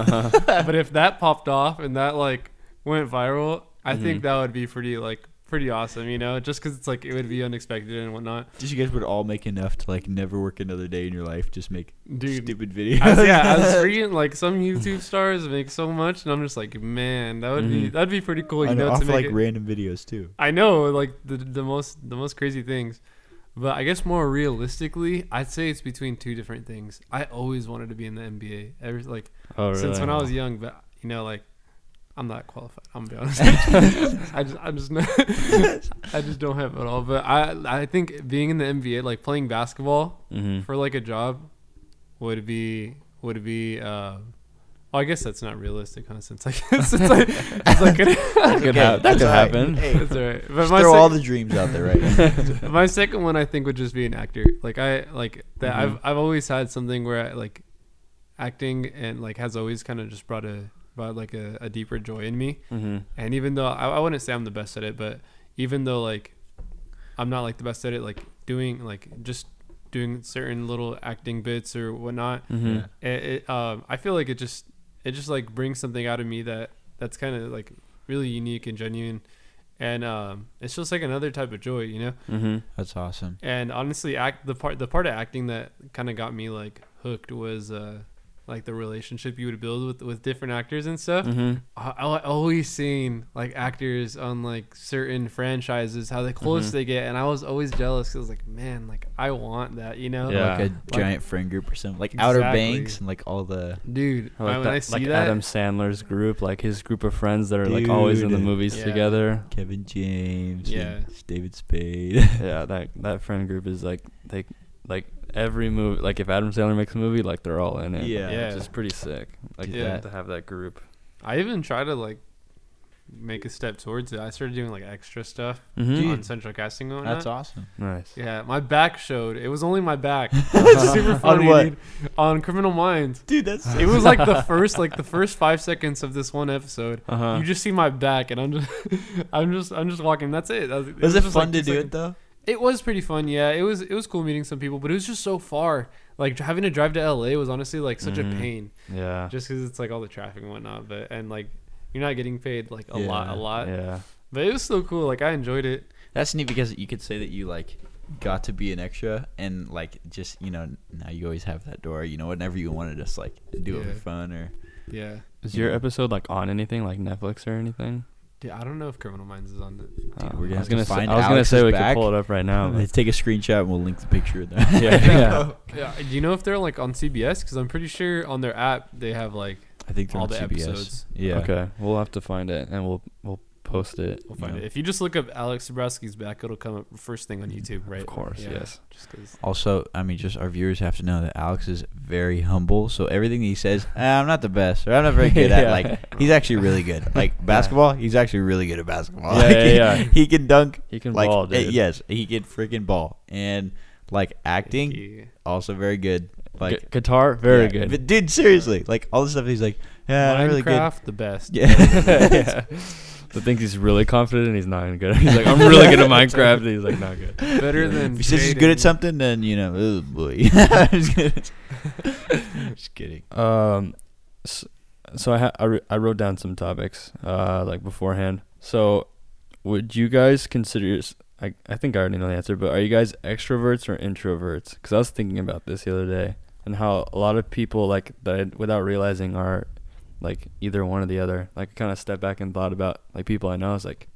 [SPEAKER 3] but if that popped off and that like went viral, I
[SPEAKER 2] Mhm.
[SPEAKER 3] think that would be pretty like pretty awesome, you know, just because it's like it would be unexpected and whatnot,
[SPEAKER 1] Just you guys would all make enough to like never work another day in your life. Just make
[SPEAKER 3] dude.
[SPEAKER 1] stupid videos.
[SPEAKER 3] I was, yeah, I was reading like some YouTube stars make so much, and I'm just like, man, that would be
[SPEAKER 2] Mhm.
[SPEAKER 3] that'd be pretty cool, you
[SPEAKER 1] And
[SPEAKER 3] know,
[SPEAKER 1] off
[SPEAKER 3] to make
[SPEAKER 1] like
[SPEAKER 3] it-
[SPEAKER 1] random videos too.
[SPEAKER 3] I know, like the the most the most crazy things. But I guess more realistically, I'd say it's between two different things. I always wanted to be in the NBA, ever like
[SPEAKER 2] oh,
[SPEAKER 3] since when I
[SPEAKER 2] really?
[SPEAKER 3] was young, but you know, like I'm not qualified. I'm gonna be honest. I just, I just, not- I just don't have it all. But I, I think being in the NBA, like playing basketball
[SPEAKER 1] Hmm.
[SPEAKER 2] Mhm.
[SPEAKER 3] for like a job, would be, would be. Uh, well, I guess that's not realistic, huh? Since I guess it's like, it's like
[SPEAKER 2] That could, hap- that
[SPEAKER 1] that's
[SPEAKER 2] could
[SPEAKER 1] all right.
[SPEAKER 2] happen.
[SPEAKER 1] Hey,
[SPEAKER 3] that's all right. But
[SPEAKER 1] just
[SPEAKER 3] my
[SPEAKER 1] throw
[SPEAKER 3] sec-
[SPEAKER 1] all the dreams out there, right? now.
[SPEAKER 3] my second one I think would just be an actor. Like I like that
[SPEAKER 2] Mhm.
[SPEAKER 1] Mm-hmm.
[SPEAKER 3] I've I've always had something where I like acting and like has always kind of just brought a brought like a, a deeper joy in me.
[SPEAKER 2] Mm-hmm.
[SPEAKER 3] And even though I, I wouldn't say I'm the best at it, but even though like I'm not like the best at it, like doing like just doing certain little acting bits or whatnot,
[SPEAKER 2] Mm-hmm.
[SPEAKER 3] it, it um I feel like it just it just like brings something out of me that that's kind of like really unique and genuine. And um, it's just like another type of joy, you know.
[SPEAKER 2] Mm-hmm.
[SPEAKER 1] That's awesome.
[SPEAKER 3] And honestly, act the part the part of acting that kind of got me like hooked was uh like the relationship you would build with with different actors and stuff.
[SPEAKER 2] Mm-hmm.
[SPEAKER 3] I, I always seen like actors on like certain franchises how they close
[SPEAKER 2] Mhm.
[SPEAKER 3] they get, and I was always jealous 'cause I was like, man, like I want that, you know?
[SPEAKER 2] Yeah.
[SPEAKER 1] Like a giant friend group or something, like Outer
[SPEAKER 3] Exactly.
[SPEAKER 1] Banks and like all the.
[SPEAKER 3] dude.
[SPEAKER 2] I like
[SPEAKER 3] when
[SPEAKER 2] that,
[SPEAKER 3] I see
[SPEAKER 2] like
[SPEAKER 3] that,
[SPEAKER 2] Adam Sandler's group, like his group of friends that are like always in the
[SPEAKER 1] Dude.
[SPEAKER 2] movies
[SPEAKER 3] Yeah.
[SPEAKER 2] together.
[SPEAKER 1] Kevin James, yeah,
[SPEAKER 3] Yeah.
[SPEAKER 1] David Spade.
[SPEAKER 2] yeah, that that friend group is like they like every movie. Like if Adam Sandler makes a movie, like they're all in it.
[SPEAKER 1] Yeah.
[SPEAKER 3] Yeah.
[SPEAKER 2] which is pretty sick. Like
[SPEAKER 3] Yeah.
[SPEAKER 2] to have that group.
[SPEAKER 3] I even try to like make a step towards it. I started doing like extra stuff on
[SPEAKER 2] Mm-hmm.
[SPEAKER 1] Dude.
[SPEAKER 3] central casting and whatnot.
[SPEAKER 1] That's awesome.
[SPEAKER 2] Nice.
[SPEAKER 3] Yeah, my back showed. It was only my back. It's super funny,
[SPEAKER 1] what?
[SPEAKER 3] dude. On Criminal Minds.
[SPEAKER 1] Dude, that's
[SPEAKER 3] It was like the first, like the first five seconds of this one episode.
[SPEAKER 2] Uh huh.
[SPEAKER 3] You just see my back, and I'm just, I'm just, I'm just walking. That's it. That
[SPEAKER 1] was it
[SPEAKER 3] just
[SPEAKER 1] fun
[SPEAKER 3] like
[SPEAKER 1] to
[SPEAKER 3] two
[SPEAKER 1] do it
[SPEAKER 3] seconds.
[SPEAKER 1] though?
[SPEAKER 3] It was pretty fun. Yeah, it was, it was cool meeting some people, but it was just so far. Like having to drive to LA was honestly like such
[SPEAKER 2] Mhm.
[SPEAKER 3] a pain,
[SPEAKER 2] Yeah.
[SPEAKER 3] just because it's like all the traffic and whatnot. But and like you're not getting paid like a
[SPEAKER 1] Yeah,
[SPEAKER 3] lot, a lot.
[SPEAKER 2] yeah.
[SPEAKER 3] But it was still cool. Like I enjoyed it.
[SPEAKER 1] That's neat because you could say that you like got to be an extra and like just you know now you always have that door. You know, whenever you want to just like do it
[SPEAKER 3] Yeah.
[SPEAKER 1] for fun or
[SPEAKER 3] Yeah.
[SPEAKER 2] Is your episode like on anything like Netflix or anything?
[SPEAKER 3] Dude, I don't know if Criminal Minds is on it.
[SPEAKER 2] Uh,
[SPEAKER 1] we're gonna
[SPEAKER 2] I
[SPEAKER 1] have
[SPEAKER 2] was
[SPEAKER 1] to
[SPEAKER 2] gonna say,
[SPEAKER 1] find
[SPEAKER 2] I was gonna say
[SPEAKER 1] Alex's
[SPEAKER 2] we
[SPEAKER 1] back.
[SPEAKER 2] could pull it up right now.
[SPEAKER 1] let's
[SPEAKER 2] but-
[SPEAKER 1] take a screenshot and we'll link the picture in there.
[SPEAKER 2] yeah. yeah.
[SPEAKER 3] Yeah, do you know if they're like on CBS? Because I'm pretty sure on their app they have like
[SPEAKER 1] I think they're
[SPEAKER 3] all
[SPEAKER 1] on
[SPEAKER 3] the
[SPEAKER 1] CBS.
[SPEAKER 3] episodes.
[SPEAKER 1] Yeah.
[SPEAKER 2] Okay, we'll have to find it and we'll we'll post it.
[SPEAKER 3] We'll find
[SPEAKER 1] Yeah. Mm,
[SPEAKER 3] it. If you just look up Alex Zabrowski's back, it'll come up first thing on YouTube, right?
[SPEAKER 2] Of course.
[SPEAKER 3] Yeah.
[SPEAKER 2] Yes.
[SPEAKER 3] Just because.
[SPEAKER 1] Also, I mean, just our viewers have to know that Alex is very humble. So everything he says, "Ah, I'm not the best, or I'm not very good
[SPEAKER 2] Yeah.
[SPEAKER 1] at. Like he's actually really good. Like basketball, he's actually really good at basketball.
[SPEAKER 2] Yeah,
[SPEAKER 1] Like,
[SPEAKER 2] yeah, yeah.
[SPEAKER 1] He can dunk.
[SPEAKER 2] He can
[SPEAKER 1] like
[SPEAKER 2] ball,
[SPEAKER 1] eh,
[SPEAKER 2] dude.
[SPEAKER 1] yes, he can freaking ball. And like acting, also very good. Like
[SPEAKER 2] Gu- guitar, very
[SPEAKER 1] yeah.
[SPEAKER 2] good.
[SPEAKER 1] But dude, seriously, like all the stuff he's like, yeah, I'm not
[SPEAKER 3] Minecraft,
[SPEAKER 1] Uh, really good.
[SPEAKER 3] the best.
[SPEAKER 1] Yeah.
[SPEAKER 2] But thinks he's really confident and he's not even good. He's like, I'm really good at Minecraft. And he's like, not good.
[SPEAKER 3] Better than.
[SPEAKER 1] if he says he's good at
[SPEAKER 3] Jaden.
[SPEAKER 1] something, then you know, oh boy. just kidding. Just kidding.
[SPEAKER 2] Um, s- so I ha- I, wr- I wrote down some topics uh like beforehand. So, would you guys consider? yours- I I think I already know the answer, but are you guys extroverts or introverts? Because I was thinking about this the other day and how a lot of people like that I, without realizing are like either one or the other. Like I kind of stepped back and thought about like people I know. I was like,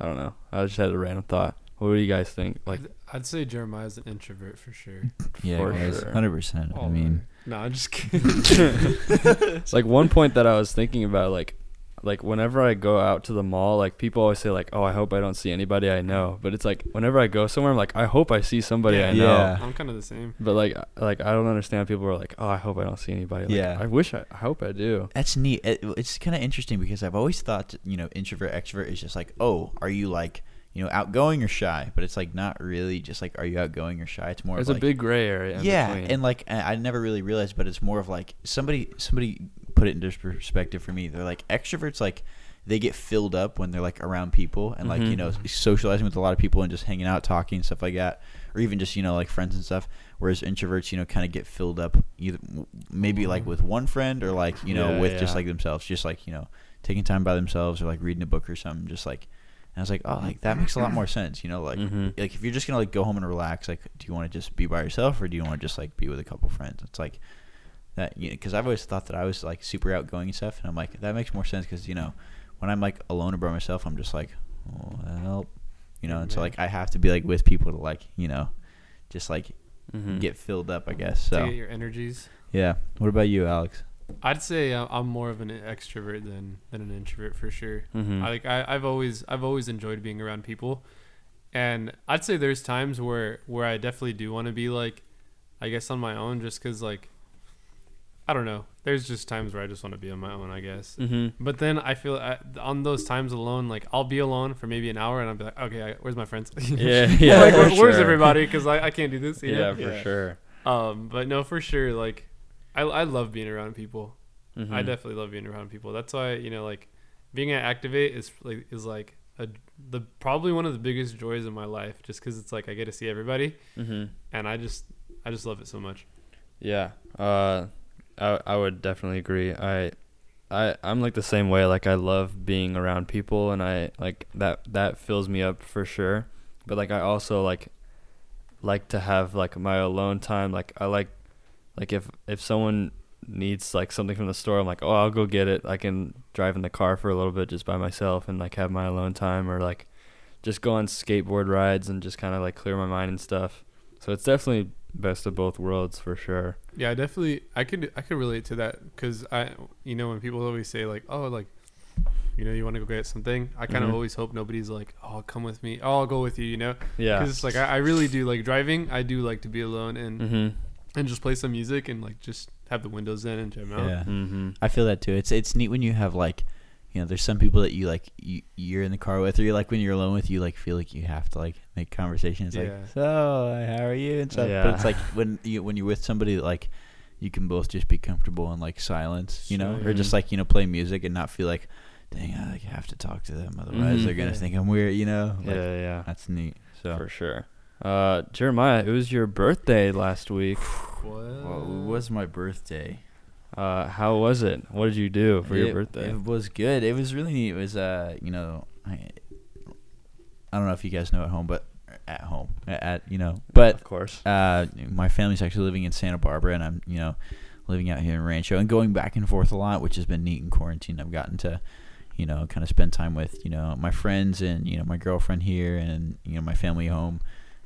[SPEAKER 2] I don't know. I just had a random thought. What do you guys think? Like
[SPEAKER 3] I'd say Jeremiah's an introvert for sure.
[SPEAKER 1] Yeah,
[SPEAKER 2] For
[SPEAKER 1] guys,
[SPEAKER 2] sure.
[SPEAKER 1] hundred percent. I mean,
[SPEAKER 3] Oh, no, I'm just kidding.
[SPEAKER 2] It's like one point that I was thinking about, like, like whenever I go out to the mall, like people always say, like, "Oh, I hope I don't see anybody I know." But it's like whenever I go somewhere, I'm like, "I hope I see somebody I know."
[SPEAKER 1] Yeah.
[SPEAKER 3] I'm kind of the same.
[SPEAKER 2] But like, I- like I don't understand people who are like, "Oh, I hope I don't see anybody." Like,
[SPEAKER 1] Yeah.
[SPEAKER 2] I wish I, I hope I do.
[SPEAKER 1] That's neat. It- It's kind of interesting because I've always thought, you know, introvert, extrovert is just like, oh, are you like, you know, outgoing or shy? But it's like not really just like, are you outgoing or shy? It's more of
[SPEAKER 2] There's a
[SPEAKER 1] like,
[SPEAKER 2] big gray area. in
[SPEAKER 1] yeah,
[SPEAKER 2] between.
[SPEAKER 1] and like I I never really realized, but it's more of like somebody somebody put it into perspective for me. They're like extroverts, like they get filled up when they're like around people and like you
[SPEAKER 2] Mhm.
[SPEAKER 1] know socializing with a lot of people and just hanging out, talking and stuff like that, or even just you know like friends and stuff. Whereas introverts, you know, kind of get filled up either maybe like with one friend or like you know
[SPEAKER 2] Yeah,
[SPEAKER 1] with just
[SPEAKER 2] yeah.
[SPEAKER 1] like themselves, just like you know taking time by themselves or like reading a book or something, just like. And I was like, oh, like that makes a lot more sense, you know, like
[SPEAKER 2] Mhm.
[SPEAKER 1] like if you're just gonna like go home and relax, like do you want to just be by yourself or do you want to just like be with a couple friends? It's like that, you know, because I've always thought that I was like super outgoing and stuff, and I'm like that makes more sense because you know when I'm like alone or by myself, I'm just like, oh, help, you know, and so
[SPEAKER 3] Yeah.
[SPEAKER 1] like I have to be like with people to like you know, just like
[SPEAKER 2] Mhm.
[SPEAKER 1] get filled up, I guess.
[SPEAKER 3] To get
[SPEAKER 1] So
[SPEAKER 3] your energies.
[SPEAKER 1] yeah, what about you, Alex?
[SPEAKER 3] I'd say uh, I'm more of an extrovert than than an introvert for sure.
[SPEAKER 2] Mhm.
[SPEAKER 3] I, like I, I've always I've always enjoyed being around people, and I'd say there's times where where I definitely do want to be like, I guess on my own, just because like, I don't know. There's just times where I just want to be on my own, I guess.
[SPEAKER 2] Mhm.
[SPEAKER 3] But then I feel I, on those times alone, like I'll be alone for maybe an hour, and I'll be like, okay, I, where's my friends?
[SPEAKER 2] Yeah, yeah,
[SPEAKER 3] like,
[SPEAKER 2] for
[SPEAKER 3] where- where's
[SPEAKER 2] sure.
[SPEAKER 3] everybody? Because I, I can't do this. You
[SPEAKER 2] Yeah,
[SPEAKER 3] know?
[SPEAKER 2] for sure.
[SPEAKER 3] Um, but no, for sure, like, I I love being around people. I
[SPEAKER 2] Mhm.
[SPEAKER 3] definitely love being around people. That's why you know, like, being at Activate is like is like a, the probably one of the biggest joys of my life, just because it's like I get to see everybody,
[SPEAKER 2] Mhm.
[SPEAKER 3] and I just I just love it so much.
[SPEAKER 2] Yeah. Uh I I would definitely agree. I I I'm like the same way. Like I love being around people and I like that that fills me up for sure. But like I also like like to have like my alone time. Like I like like if if someone needs like something from the store, I'm like, oh, I'll go get it. I can drive in the car for a little bit just by myself and like have my alone time or like just go on skateboard rides and just kind of like clear my mind and stuff. So it's definitely best of both worlds for sure.
[SPEAKER 3] Yeah, I definitely. I could I could relate to that because I you know when people always say like oh like you know you want to go get something I kind of
[SPEAKER 2] Mhm.
[SPEAKER 3] always hope nobody's like oh come with me oh I'll go with you you know
[SPEAKER 2] Yeah.
[SPEAKER 3] because it's like I, I really do like driving I do like to be alone and
[SPEAKER 2] Mhm.
[SPEAKER 3] and just play some music and like just have the windows in and jam out.
[SPEAKER 1] Yeah.
[SPEAKER 2] Mhm.
[SPEAKER 1] I feel that too. It's it's neat when you have like, you know, there's some people that you like you, you're in the car with, or you like when you're alone with, you like feel like you have to like make conversation. It's
[SPEAKER 3] Yeah.
[SPEAKER 1] like, so how are you and stuff. But it's
[SPEAKER 2] Yeah.
[SPEAKER 1] like when you when you're with somebody that like, you can both just be comfortable in like silence, you know, or just
[SPEAKER 2] Mhm.
[SPEAKER 1] like you know play music and not feel like, dang, I like, have to talk to them, otherwise
[SPEAKER 2] Mhm.
[SPEAKER 1] they're gonna
[SPEAKER 3] Yeah.
[SPEAKER 1] think I'm weird, you know. Oh, Like,
[SPEAKER 2] yeah, yeah.
[SPEAKER 1] That's neat. So
[SPEAKER 2] For sure. Uh, Jeremiah, it was your birthday last week.
[SPEAKER 1] well, it was my birthday.
[SPEAKER 2] Uh, how was it? What did you do for
[SPEAKER 1] It-
[SPEAKER 2] your birthday?
[SPEAKER 1] It was good. It was really neat. It was uh, you know, I, I don't know if you guys know at home, but at home, at, at you know, but
[SPEAKER 2] of course.
[SPEAKER 1] uh, my family's actually living in Santa Barbara, and I'm you know, living out here in Rancho, and going back and forth a lot, which has been neat in quarantine. I've gotten to, you know, kind of spend time with you know my friends and you know my girlfriend here, and you know my family home,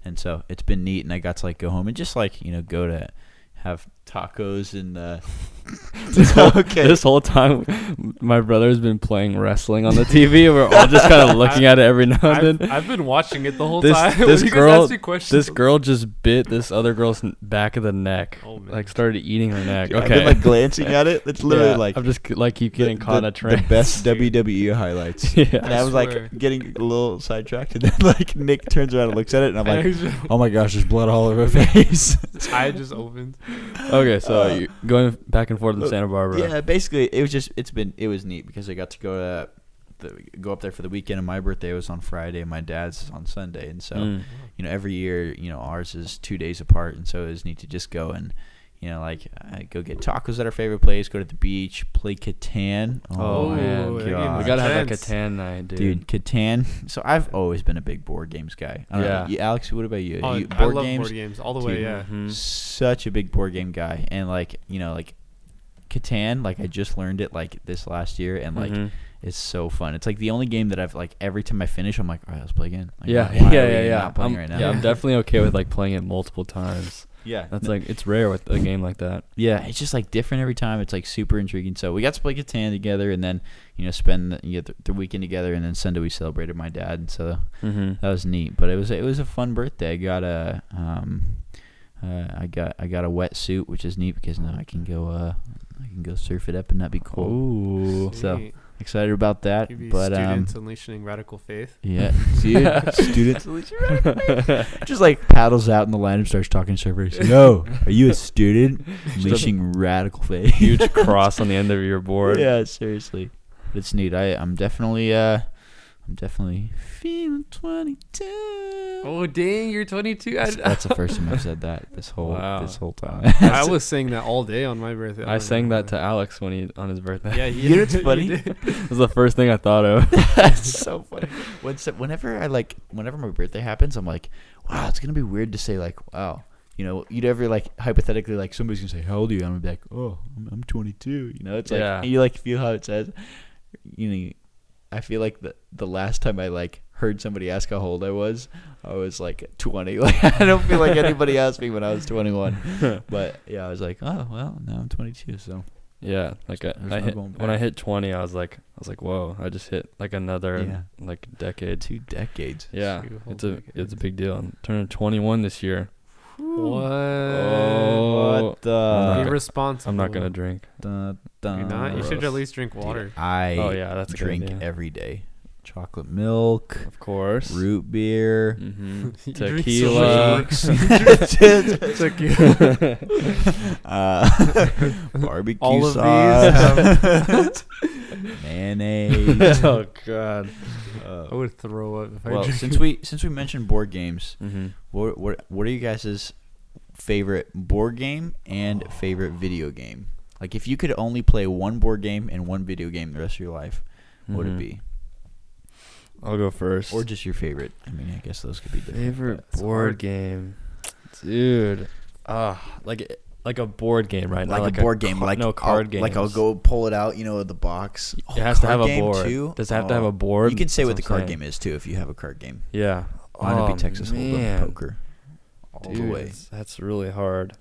[SPEAKER 1] and so it's been neat. And I got to like go home and just like you know go to have tacos and uh,
[SPEAKER 2] This whole, this whole time, my brother's been playing wrestling on the TV. and We're all just kind of looking at it every now and
[SPEAKER 3] I've,
[SPEAKER 2] then.
[SPEAKER 3] I've been watching it the whole
[SPEAKER 2] This-
[SPEAKER 3] time.
[SPEAKER 2] this
[SPEAKER 3] you guys
[SPEAKER 2] girl-
[SPEAKER 3] ask me questions.
[SPEAKER 2] This girl just bit this other girl's n- back of the neck.
[SPEAKER 3] Oh, man.
[SPEAKER 2] like started eating her neck.
[SPEAKER 1] Yeah, I've
[SPEAKER 2] Okay.
[SPEAKER 1] been like glancing at it. It's literally
[SPEAKER 2] Yeah,
[SPEAKER 1] like
[SPEAKER 2] I'm just c- like keep
[SPEAKER 1] the-
[SPEAKER 2] getting caught
[SPEAKER 1] the,
[SPEAKER 2] in a trend.
[SPEAKER 1] The best WWE highlights.
[SPEAKER 2] Yeah.
[SPEAKER 1] And I was
[SPEAKER 3] swear.
[SPEAKER 1] like getting a little sidetracked, and then like Nick turns around and looks at it, and I'm
[SPEAKER 3] I
[SPEAKER 1] like,
[SPEAKER 3] just,
[SPEAKER 1] "Oh my gosh, there's blood all over her face."
[SPEAKER 3] I just opened.
[SPEAKER 2] Okay, so
[SPEAKER 1] Uh,
[SPEAKER 2] you going back and forth in
[SPEAKER 1] uh,
[SPEAKER 2] Santa Barbara.
[SPEAKER 1] yeah, basically, it was just it's been it was neat because I got to go to the, go up there for the weekend, and my birthday was on Friday, and my dad's on Sunday, and so
[SPEAKER 2] Mm.
[SPEAKER 1] you know every year you know ours is two days apart and so it was neat to just go and you know like uh, go get tacos at our favorite place go to the beach play catan
[SPEAKER 2] Oh, man,
[SPEAKER 3] that
[SPEAKER 2] we
[SPEAKER 3] game
[SPEAKER 1] God.
[SPEAKER 3] was
[SPEAKER 2] gotta have like a
[SPEAKER 3] intense.
[SPEAKER 2] tan night, dude.
[SPEAKER 1] dude catan so i've always been a big board games guy I don't know,
[SPEAKER 2] Yeah.
[SPEAKER 1] you- alex what about you,
[SPEAKER 3] Oh,
[SPEAKER 1] you
[SPEAKER 3] I love board games all the way.
[SPEAKER 1] Dude,
[SPEAKER 3] yeah.
[SPEAKER 2] Mhm.
[SPEAKER 1] such a big board game guy and like you know like catan like i just learned it like this last year and like
[SPEAKER 2] Mhm.
[SPEAKER 1] it's so fun it's like the only game that i've like every time i finish i'm like all right let's play again like,
[SPEAKER 2] yeah,
[SPEAKER 1] why- why
[SPEAKER 2] yeah,
[SPEAKER 1] are we
[SPEAKER 2] yeah, yeah.
[SPEAKER 1] not playing
[SPEAKER 2] I'm,
[SPEAKER 1] right now
[SPEAKER 2] Yeah, I'm definitely okay with like playing it multiple times.
[SPEAKER 1] yeah
[SPEAKER 2] That's like it's rare with a game like that.
[SPEAKER 1] yeah, it's just like different every time. It's like super intriguing. So we got to play Catan together, and then you know spend the, you know, the, the weekend together, and then Sunday we celebrated my dad, and so
[SPEAKER 2] Mm-hmm.
[SPEAKER 1] that was neat. But it was it was a fun birthday. I got a um, uh, I got I got a wetsuit, which is neat because now I can go uh I can go surf it up and not be cold.
[SPEAKER 2] Ooh.
[SPEAKER 1] So,
[SPEAKER 3] Sweet.
[SPEAKER 1] Excited about that,
[SPEAKER 3] Could be
[SPEAKER 1] but um.
[SPEAKER 3] students unleashing radical faith.
[SPEAKER 1] Yeah, dude, students just like paddles out in the line and starts talking to surfers. No, are you a student? Unleashing radical faith.
[SPEAKER 2] Huge cross on the end of your board.
[SPEAKER 1] Yeah, seriously. It's neat. I I'm definitely uh I'm definitely feeling 22.
[SPEAKER 3] Oh dang, you're 22. I,
[SPEAKER 1] That's, that's the first time I've said that this whole
[SPEAKER 2] Wow.
[SPEAKER 1] this whole time.
[SPEAKER 3] I was saying that all day on my birthday. Oh,
[SPEAKER 2] I sang that to Alex when he on his birthday.
[SPEAKER 3] Yeah,
[SPEAKER 1] You know what's funny?
[SPEAKER 2] it was the first thing I thought of.
[SPEAKER 1] That's so funny. When, so- whenever I like whenever my birthday happens, I'm like, wow, it's gonna be weird to say like, wow. You know, you'd ever like hypothetically like somebody's gonna say, "How old are you?" And I'm gonna be like, "Oh, I'm, I'm 22." You know, it's like
[SPEAKER 2] Yeah.
[SPEAKER 1] and you like feel how it says. You know, I feel like the the last time I like heard somebody ask how old I was, I was like 20. Like I don't feel like anybody asked me when I was 21. But yeah, I was like, "Oh, well, now I'm 22." So
[SPEAKER 2] Yeah, like I,
[SPEAKER 1] There's
[SPEAKER 2] I
[SPEAKER 1] no
[SPEAKER 2] hit,
[SPEAKER 1] going
[SPEAKER 2] when I
[SPEAKER 1] back.
[SPEAKER 2] hit 20, I was like, I was like, whoa, I just hit like another
[SPEAKER 1] Yeah.
[SPEAKER 2] like decade.
[SPEAKER 1] two decades.
[SPEAKER 2] Yeah,
[SPEAKER 3] Two whole
[SPEAKER 2] it's a it's
[SPEAKER 3] decades.
[SPEAKER 2] a big deal. I'm turning 21 this year.
[SPEAKER 3] What?
[SPEAKER 2] Oh,
[SPEAKER 1] Uh, what the?
[SPEAKER 2] not-
[SPEAKER 3] Irresponsible.
[SPEAKER 2] I'm not gonna drink.
[SPEAKER 1] Dun,
[SPEAKER 3] You're
[SPEAKER 1] dun.
[SPEAKER 3] not. You should at
[SPEAKER 2] Gross.
[SPEAKER 3] least drink
[SPEAKER 1] Dude,
[SPEAKER 3] water.
[SPEAKER 1] I
[SPEAKER 2] Oh yeah, that's a good
[SPEAKER 1] drink
[SPEAKER 2] idea.
[SPEAKER 1] every day. Chocolate milk,
[SPEAKER 2] Of course.
[SPEAKER 1] root beer.
[SPEAKER 2] hmm
[SPEAKER 3] You drink so
[SPEAKER 2] Tequila.
[SPEAKER 3] much
[SPEAKER 1] Tequila. uh, barbecue
[SPEAKER 3] All of these
[SPEAKER 1] sauce, mayonnaise.
[SPEAKER 2] oh god.
[SPEAKER 1] Uh,
[SPEAKER 3] I would throw up if I
[SPEAKER 1] well,
[SPEAKER 3] drank.
[SPEAKER 1] since we since we mentioned board games,
[SPEAKER 2] hmm
[SPEAKER 1] what what what are you guys' favorite board game and favorite video game? Like, if you could only play one board game and one video game the rest of your life, what would it be?
[SPEAKER 2] Mm-hmm. I'll go first.
[SPEAKER 1] Or just your favorite? I mean, I guess those could be different.
[SPEAKER 2] favorite
[SPEAKER 3] That's
[SPEAKER 2] board
[SPEAKER 3] hard.
[SPEAKER 2] game, dude. Ah, like it, like a board game, right? Not
[SPEAKER 1] like, a board game,
[SPEAKER 2] ca-
[SPEAKER 1] like
[SPEAKER 2] no card game.
[SPEAKER 1] game. Like I'll go pull it out, you know, the box. Oh,
[SPEAKER 2] It has to
[SPEAKER 1] card
[SPEAKER 2] have a
[SPEAKER 1] game
[SPEAKER 2] board.
[SPEAKER 1] too?
[SPEAKER 2] Does it have to have
[SPEAKER 1] Oh.
[SPEAKER 2] a board?
[SPEAKER 1] You can say
[SPEAKER 2] That's
[SPEAKER 1] what the
[SPEAKER 2] I'm
[SPEAKER 1] card
[SPEAKER 2] saying.
[SPEAKER 1] game is too if you have a card game.
[SPEAKER 2] Yeah.
[SPEAKER 1] Mine would
[SPEAKER 2] Oh,
[SPEAKER 1] be Texas Hold'em
[SPEAKER 2] man.
[SPEAKER 1] poker all
[SPEAKER 2] Dude,
[SPEAKER 1] the way.
[SPEAKER 2] that's- That's really hard.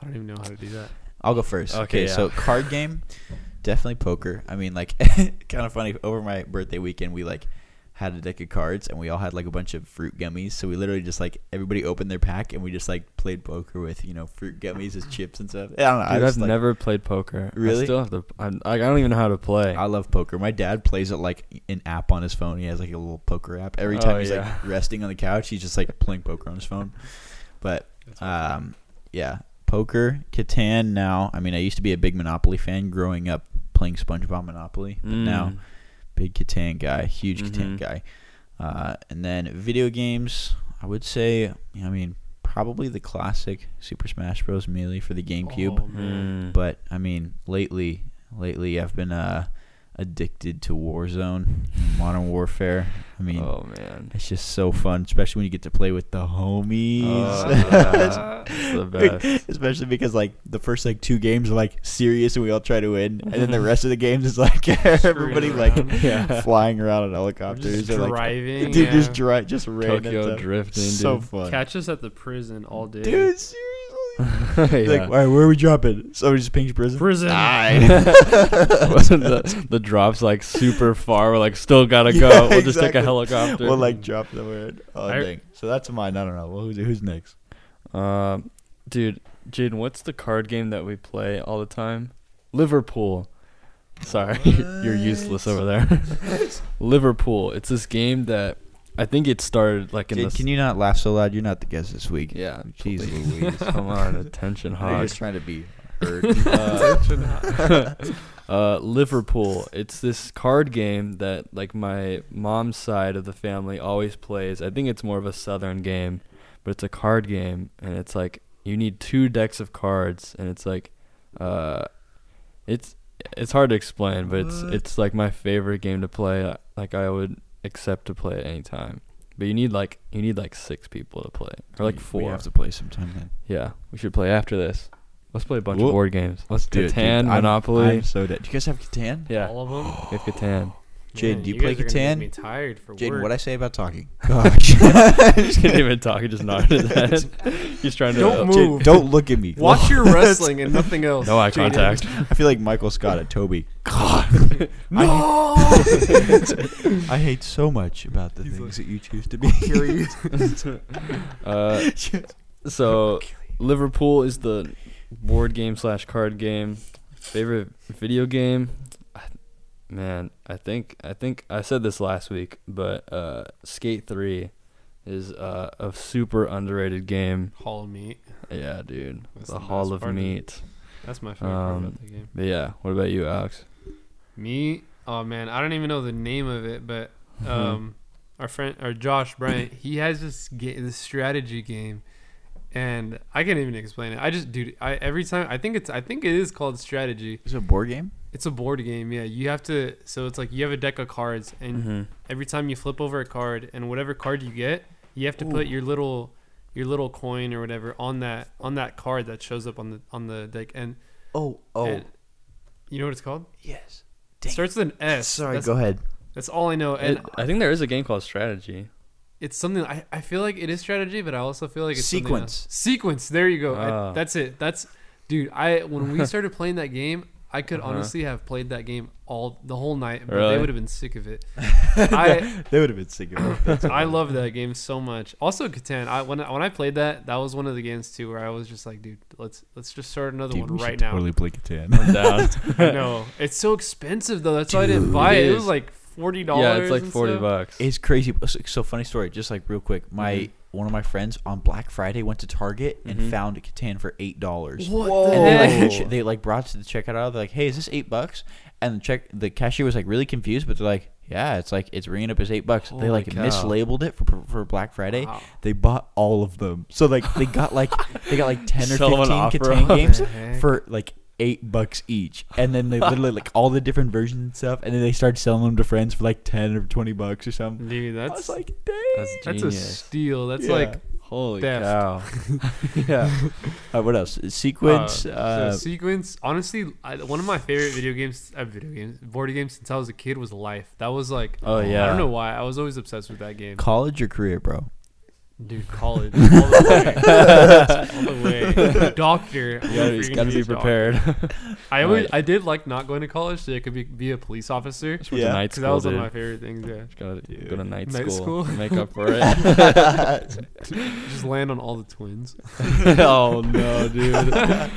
[SPEAKER 3] I don't even know how to do that.
[SPEAKER 1] I'll go first.
[SPEAKER 2] Okay,
[SPEAKER 1] Okay,
[SPEAKER 2] yeah.
[SPEAKER 1] so card game, definitely poker. I mean, like, kind of funny. Over my birthday weekend, we like had a deck of cards, and we all had like a bunch of fruit gummies. So we literally just like everybody opened their pack, and we just like played poker with you know fruit gummies as chips and stuff. I don't know. I
[SPEAKER 2] Dude, I've
[SPEAKER 1] just, like,
[SPEAKER 2] never played poker. I
[SPEAKER 1] Really?
[SPEAKER 2] still have to. I'm, I I don't even know how to play.
[SPEAKER 1] I love poker. My dad plays it like an app on his phone. He has like a little poker app. Every
[SPEAKER 2] Oh,
[SPEAKER 1] time he's
[SPEAKER 2] yeah.
[SPEAKER 1] like resting on the couch, he's just like playing poker on his phone. But
[SPEAKER 3] That's
[SPEAKER 2] Ah,
[SPEAKER 3] awesome.
[SPEAKER 1] um, yeah, poker, Catan. Now, I mean, I used to be a big Monopoly fan growing up, playing SpongeBob Monopoly. But now,
[SPEAKER 2] Mm.
[SPEAKER 1] big Catan guy, huge
[SPEAKER 2] Mhm.
[SPEAKER 1] Catan guy. Uh, and then video games. I would say, I mean, probably the classic Super Smash Bros. Melee for the GameCube
[SPEAKER 3] Oh, man.
[SPEAKER 2] Mm.
[SPEAKER 1] but I mean, lately, lately I've been uh, addicted to Warzone, Modern Warfare. I mean,
[SPEAKER 2] oh man,
[SPEAKER 1] it's just so fun, especially when you get to play with the homies.
[SPEAKER 2] Oh, it's the best.
[SPEAKER 1] especially because like the first like two games are like serious and we all try to win, and then the rest of the games is like everybody like
[SPEAKER 3] around.
[SPEAKER 2] Mm-hmm. Yeah.
[SPEAKER 1] flying around in
[SPEAKER 3] Just
[SPEAKER 1] helicopters or like
[SPEAKER 3] driving.
[SPEAKER 1] dude just
[SPEAKER 3] yeah.
[SPEAKER 1] dri just random
[SPEAKER 2] Tokyo
[SPEAKER 1] stuff.
[SPEAKER 2] drifting,
[SPEAKER 1] so
[SPEAKER 2] dude.
[SPEAKER 1] fun,
[SPEAKER 3] Catch us at the prison all day.
[SPEAKER 1] dude. Seriously. Like,
[SPEAKER 2] Yeah.
[SPEAKER 1] all right, where are we dropping? Somebody just pings prison.
[SPEAKER 3] Prison.
[SPEAKER 2] Wasn't the, the drops like super far? We're like, still gotta go.
[SPEAKER 1] Yeah,
[SPEAKER 2] we'll just take a
[SPEAKER 1] exactly.
[SPEAKER 2] helicopter.
[SPEAKER 1] We'll like drop the word. Oh,
[SPEAKER 3] I-
[SPEAKER 1] dang. So that's mine. I don't know. Well, who's who's next?
[SPEAKER 2] Um, dude, Jaden, what's the card game that we play all the time? Liverpool. Sorry, you're useless over there. Liverpool. It's this game that I think it started like in the.
[SPEAKER 1] Jade,
[SPEAKER 2] s-
[SPEAKER 1] can you not laugh so loud? You're not the guest this week.
[SPEAKER 2] yeah,
[SPEAKER 1] Jeez
[SPEAKER 2] please.
[SPEAKER 1] Louise.
[SPEAKER 2] Come on, attention
[SPEAKER 1] You're
[SPEAKER 2] hog.
[SPEAKER 1] just trying to be heard.
[SPEAKER 2] Uh, uh, Liverpool. It's this card game that like my mom's side of the family always plays. I think it's more of a southern game, but it's a card game, and it's like you need two decks of cards, and it's like, uh, it's it's hard to explain, but it's
[SPEAKER 1] What?
[SPEAKER 2] it's like my favorite game to play. Like I would accept to play at any time. But you need like you need like six people to play, or like four.
[SPEAKER 1] We have to play sometime then.
[SPEAKER 2] Yeah, we should play after this. Let's play a bunch
[SPEAKER 1] Whoa.
[SPEAKER 2] of board games.
[SPEAKER 1] Let's do it. dude.
[SPEAKER 2] Catan,
[SPEAKER 1] I'm-
[SPEAKER 2] Monopoly.
[SPEAKER 1] I'm so dead. Do you guys have Catan?
[SPEAKER 2] yeah,
[SPEAKER 3] All of
[SPEAKER 1] Oh.
[SPEAKER 3] them.
[SPEAKER 2] we have Catan.
[SPEAKER 1] Jaden, do you play
[SPEAKER 3] guys are gonna
[SPEAKER 1] Catan?
[SPEAKER 3] Make me tired for
[SPEAKER 1] Jaden,
[SPEAKER 3] work.
[SPEAKER 1] what I say about talking? Gosh.
[SPEAKER 2] he didn't even talk. He just nodded his head. He's trying to.
[SPEAKER 3] Don't
[SPEAKER 1] Jade,
[SPEAKER 3] Move.
[SPEAKER 1] don't look at me.
[SPEAKER 3] Watch your wrestling and nothing else.
[SPEAKER 2] No eye
[SPEAKER 3] Jaden.
[SPEAKER 2] contact.
[SPEAKER 1] I feel like Michael Scott at Toby.
[SPEAKER 3] No.
[SPEAKER 1] I hate so much about the things that you choose to be.
[SPEAKER 2] Uh, so Liverpool is the board game slash card game. Favorite video game? I- Man, I think I think I said this last week, but uh, Skate Three is uh, a super underrated game.
[SPEAKER 3] Hall of meat.
[SPEAKER 2] Yeah, dude,
[SPEAKER 3] That's
[SPEAKER 2] the,
[SPEAKER 3] the
[SPEAKER 2] Hall
[SPEAKER 3] best
[SPEAKER 2] of
[SPEAKER 3] part of it.
[SPEAKER 2] Meat.
[SPEAKER 3] That's my favorite part
[SPEAKER 2] Um,
[SPEAKER 3] about the game.
[SPEAKER 2] But yeah, what about you, Alex?
[SPEAKER 3] Me? Oh man, I don't even know the name of it, but
[SPEAKER 2] Mhm.
[SPEAKER 1] Mm-hmm.
[SPEAKER 3] um, our friend, our Josh Bryant, he has this ga- this strategy game, and I can't even explain it. I just, dude, I every time I think it's I think it is called strategy.
[SPEAKER 1] Is it a board game?
[SPEAKER 3] It's a board game, yeah. You have to, so it's like you have a deck of cards, and
[SPEAKER 1] Mm-hmm.
[SPEAKER 3] every time you flip over a card, and whatever card you get, you have to put your little your little coin or whatever on that on that card that shows up on the on the deck, and
[SPEAKER 1] Oh, oh,
[SPEAKER 3] and- you know what it's called?
[SPEAKER 1] yes.
[SPEAKER 3] It
[SPEAKER 1] Dang.
[SPEAKER 3] starts with an S.
[SPEAKER 1] Sorry,
[SPEAKER 3] That's
[SPEAKER 1] go ahead.
[SPEAKER 3] That's all I know, and
[SPEAKER 2] It- I think there is a game called Strategy.
[SPEAKER 3] it's something I, I feel like it is strategy, but I also feel like it's something
[SPEAKER 1] Sequence.
[SPEAKER 3] else. Sequence. There you go. I-
[SPEAKER 2] Ah.
[SPEAKER 3] that's it. That's dude. I when we started playing that game, I could
[SPEAKER 2] Uh-huh.
[SPEAKER 3] honestly have played that game all the whole night, but
[SPEAKER 2] Really?
[SPEAKER 3] they would have been sick of it. I
[SPEAKER 1] They would have been sick of it.
[SPEAKER 3] I love that game so much. Also, Catan. I when I- when I played that, that was one of the games too where I was just like, dude, let's let's just start another one right now.
[SPEAKER 1] play Catan.
[SPEAKER 2] I'm down.
[SPEAKER 3] I know it's so expensive though. That's why I didn't
[SPEAKER 1] Dude,
[SPEAKER 3] buy
[SPEAKER 2] it
[SPEAKER 3] it. It
[SPEAKER 2] is.
[SPEAKER 3] was like forty dollars.
[SPEAKER 2] yeah, it's like forty bucks.
[SPEAKER 1] It's crazy. So, so funny story. Just like real quick, my
[SPEAKER 2] Mhm.
[SPEAKER 3] Mm-hmm.
[SPEAKER 1] one of my friends on Black Friday went to Target and
[SPEAKER 2] Mhm.
[SPEAKER 1] found Catan for eight dollars.
[SPEAKER 3] What
[SPEAKER 2] Whoa.
[SPEAKER 3] the
[SPEAKER 1] And
[SPEAKER 3] heck?
[SPEAKER 1] they like,
[SPEAKER 2] Whoa.
[SPEAKER 1] ch- they like brought it to the checkout aisle. They're like, "Hey, is this eight bucks?" And the check the cashier was like really confused, but they're like, "Yeah, it's like it's ringing up as eight bucks."
[SPEAKER 2] Holy
[SPEAKER 1] they like
[SPEAKER 2] cow.
[SPEAKER 1] mislabeled it for for Black Friday.
[SPEAKER 3] Wow.
[SPEAKER 1] They bought all of them. So like they got like they got like ten or
[SPEAKER 2] Sell 'em
[SPEAKER 1] fifteen
[SPEAKER 2] an offer
[SPEAKER 1] Catan
[SPEAKER 2] up.
[SPEAKER 1] games
[SPEAKER 3] The heck?
[SPEAKER 1] for like eight bucks each, and then they literally like all the different versions and stuff, and then they started selling them to friends for like ten or twenty bucks or something.
[SPEAKER 3] Dude,
[SPEAKER 1] I was
[SPEAKER 3] that's
[SPEAKER 1] like, dang.
[SPEAKER 2] That's
[SPEAKER 3] That's
[SPEAKER 2] genius.
[SPEAKER 3] a steal. That's
[SPEAKER 1] Yeah.
[SPEAKER 3] like
[SPEAKER 2] Holy
[SPEAKER 3] Theft.
[SPEAKER 2] cow. yeah.
[SPEAKER 1] Uh, what else? Sequence.
[SPEAKER 3] Uh,
[SPEAKER 1] Uh,
[SPEAKER 3] so sequence. Honestly, I, one of my favorite video games, uh, video games, board games since I was a kid was Life. That was like,
[SPEAKER 2] Oh,
[SPEAKER 3] I
[SPEAKER 2] yeah.
[SPEAKER 3] don't know why. I was always obsessed with that game.
[SPEAKER 1] college or career, bro?
[SPEAKER 3] Dude, college all the way, all the way. Doctor. I'm
[SPEAKER 2] You gotta,
[SPEAKER 3] never
[SPEAKER 2] you
[SPEAKER 3] gonna
[SPEAKER 2] gotta
[SPEAKER 3] a
[SPEAKER 2] be
[SPEAKER 3] doctor.
[SPEAKER 2] prepared.
[SPEAKER 3] I always,
[SPEAKER 1] Right.
[SPEAKER 3] I did like not going to college so I could be, be a police officer.
[SPEAKER 2] Just went to
[SPEAKER 1] Yeah.
[SPEAKER 2] night
[SPEAKER 3] 'Cause
[SPEAKER 2] school,
[SPEAKER 3] that was one
[SPEAKER 2] dude.
[SPEAKER 3] of my favorite things. Yeah,
[SPEAKER 2] Just gotta
[SPEAKER 1] Dude.
[SPEAKER 2] go to night,
[SPEAKER 3] Night
[SPEAKER 2] school.
[SPEAKER 3] school?
[SPEAKER 2] to make up for it.
[SPEAKER 3] just land on all the twins.
[SPEAKER 2] oh no, dude. I,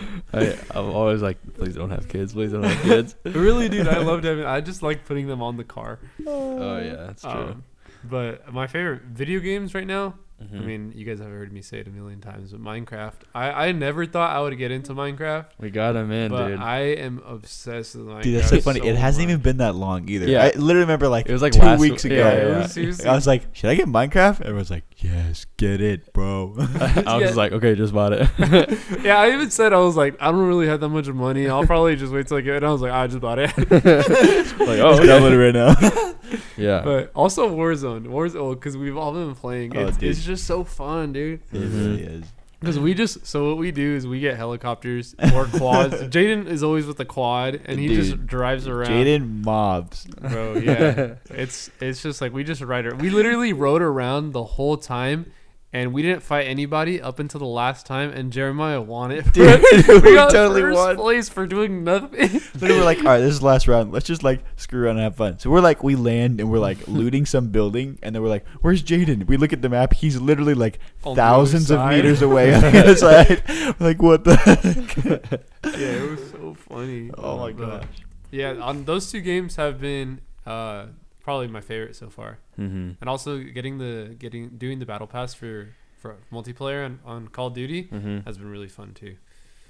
[SPEAKER 2] I'm always like, please don't have kids. Please don't have kids.
[SPEAKER 3] really, dude, I loved having. I just like putting them on the car.
[SPEAKER 2] oh yeah, that's true.
[SPEAKER 3] Um, but my favorite video games right now. I
[SPEAKER 1] Hmm.
[SPEAKER 2] Mhm.
[SPEAKER 3] mean, you guys have heard me say it a million times, but Minecraft. I, I never thought I would get into Minecraft,
[SPEAKER 2] we got him in,
[SPEAKER 3] but
[SPEAKER 2] dude.
[SPEAKER 3] I am obsessed with Minecraft.
[SPEAKER 1] Dude, that's so funny. it hasn't even
[SPEAKER 3] much.
[SPEAKER 1] been that long either.
[SPEAKER 2] Yeah.
[SPEAKER 1] I literally remember like
[SPEAKER 2] It was, like,
[SPEAKER 1] two
[SPEAKER 2] last-
[SPEAKER 1] weeks ago.
[SPEAKER 2] yeah, yeah,
[SPEAKER 3] yeah. Seriously.
[SPEAKER 1] I was like, should I get Minecraft? Everyone's like, yes, get it, bro.
[SPEAKER 2] I was
[SPEAKER 3] yeah.
[SPEAKER 2] just like, okay, just bought it.
[SPEAKER 3] Yeah, I even said I was like, I don't really have that much money. I'll probably just wait till I get it. And I was like, I just bought it.
[SPEAKER 1] Uh-huh.
[SPEAKER 2] like, oh, okay.
[SPEAKER 1] download it right now.
[SPEAKER 2] yeah.
[SPEAKER 3] but also Warzone, Warzone, because we've all been playing.
[SPEAKER 1] Oh,
[SPEAKER 3] It's,
[SPEAKER 1] dude. Mm-hmm.
[SPEAKER 3] it's just so fun, dude.
[SPEAKER 1] It really
[SPEAKER 2] Mm-hmm.
[SPEAKER 1] is.
[SPEAKER 3] Because we just so what we do is we get helicopters or quads. Jaden is always with the quad, and he just
[SPEAKER 1] Dude,
[SPEAKER 3] drives around.
[SPEAKER 1] Jaden mobs.
[SPEAKER 3] bro yeah it's it's just like we just ride ar- we literally rode around the whole time and we didn't fight anybody up until the last time and jeremiah won it
[SPEAKER 1] Dude, we totally
[SPEAKER 3] first
[SPEAKER 1] won.
[SPEAKER 3] place for doing nothing
[SPEAKER 1] Literally, we're like, all right, this is the last round. Let's just like screw around and have fun. So we're like, we land and we're like looting some building, and then we're like, where's Jaden? We look at the map. He's literally like
[SPEAKER 3] On the other
[SPEAKER 1] thousands of
[SPEAKER 3] side.
[SPEAKER 1] meters away on the other side. We're like, what the? Heck?
[SPEAKER 3] yeah it was so funny
[SPEAKER 1] Oh my
[SPEAKER 3] But,
[SPEAKER 1] gosh.
[SPEAKER 3] yeah on those two games have been uh probably my favorite so far
[SPEAKER 2] mm-hmm.
[SPEAKER 3] and also getting the getting doing the battle pass for for multiplayer on, on call of duty
[SPEAKER 2] Mm-hmm.
[SPEAKER 3] has been really fun too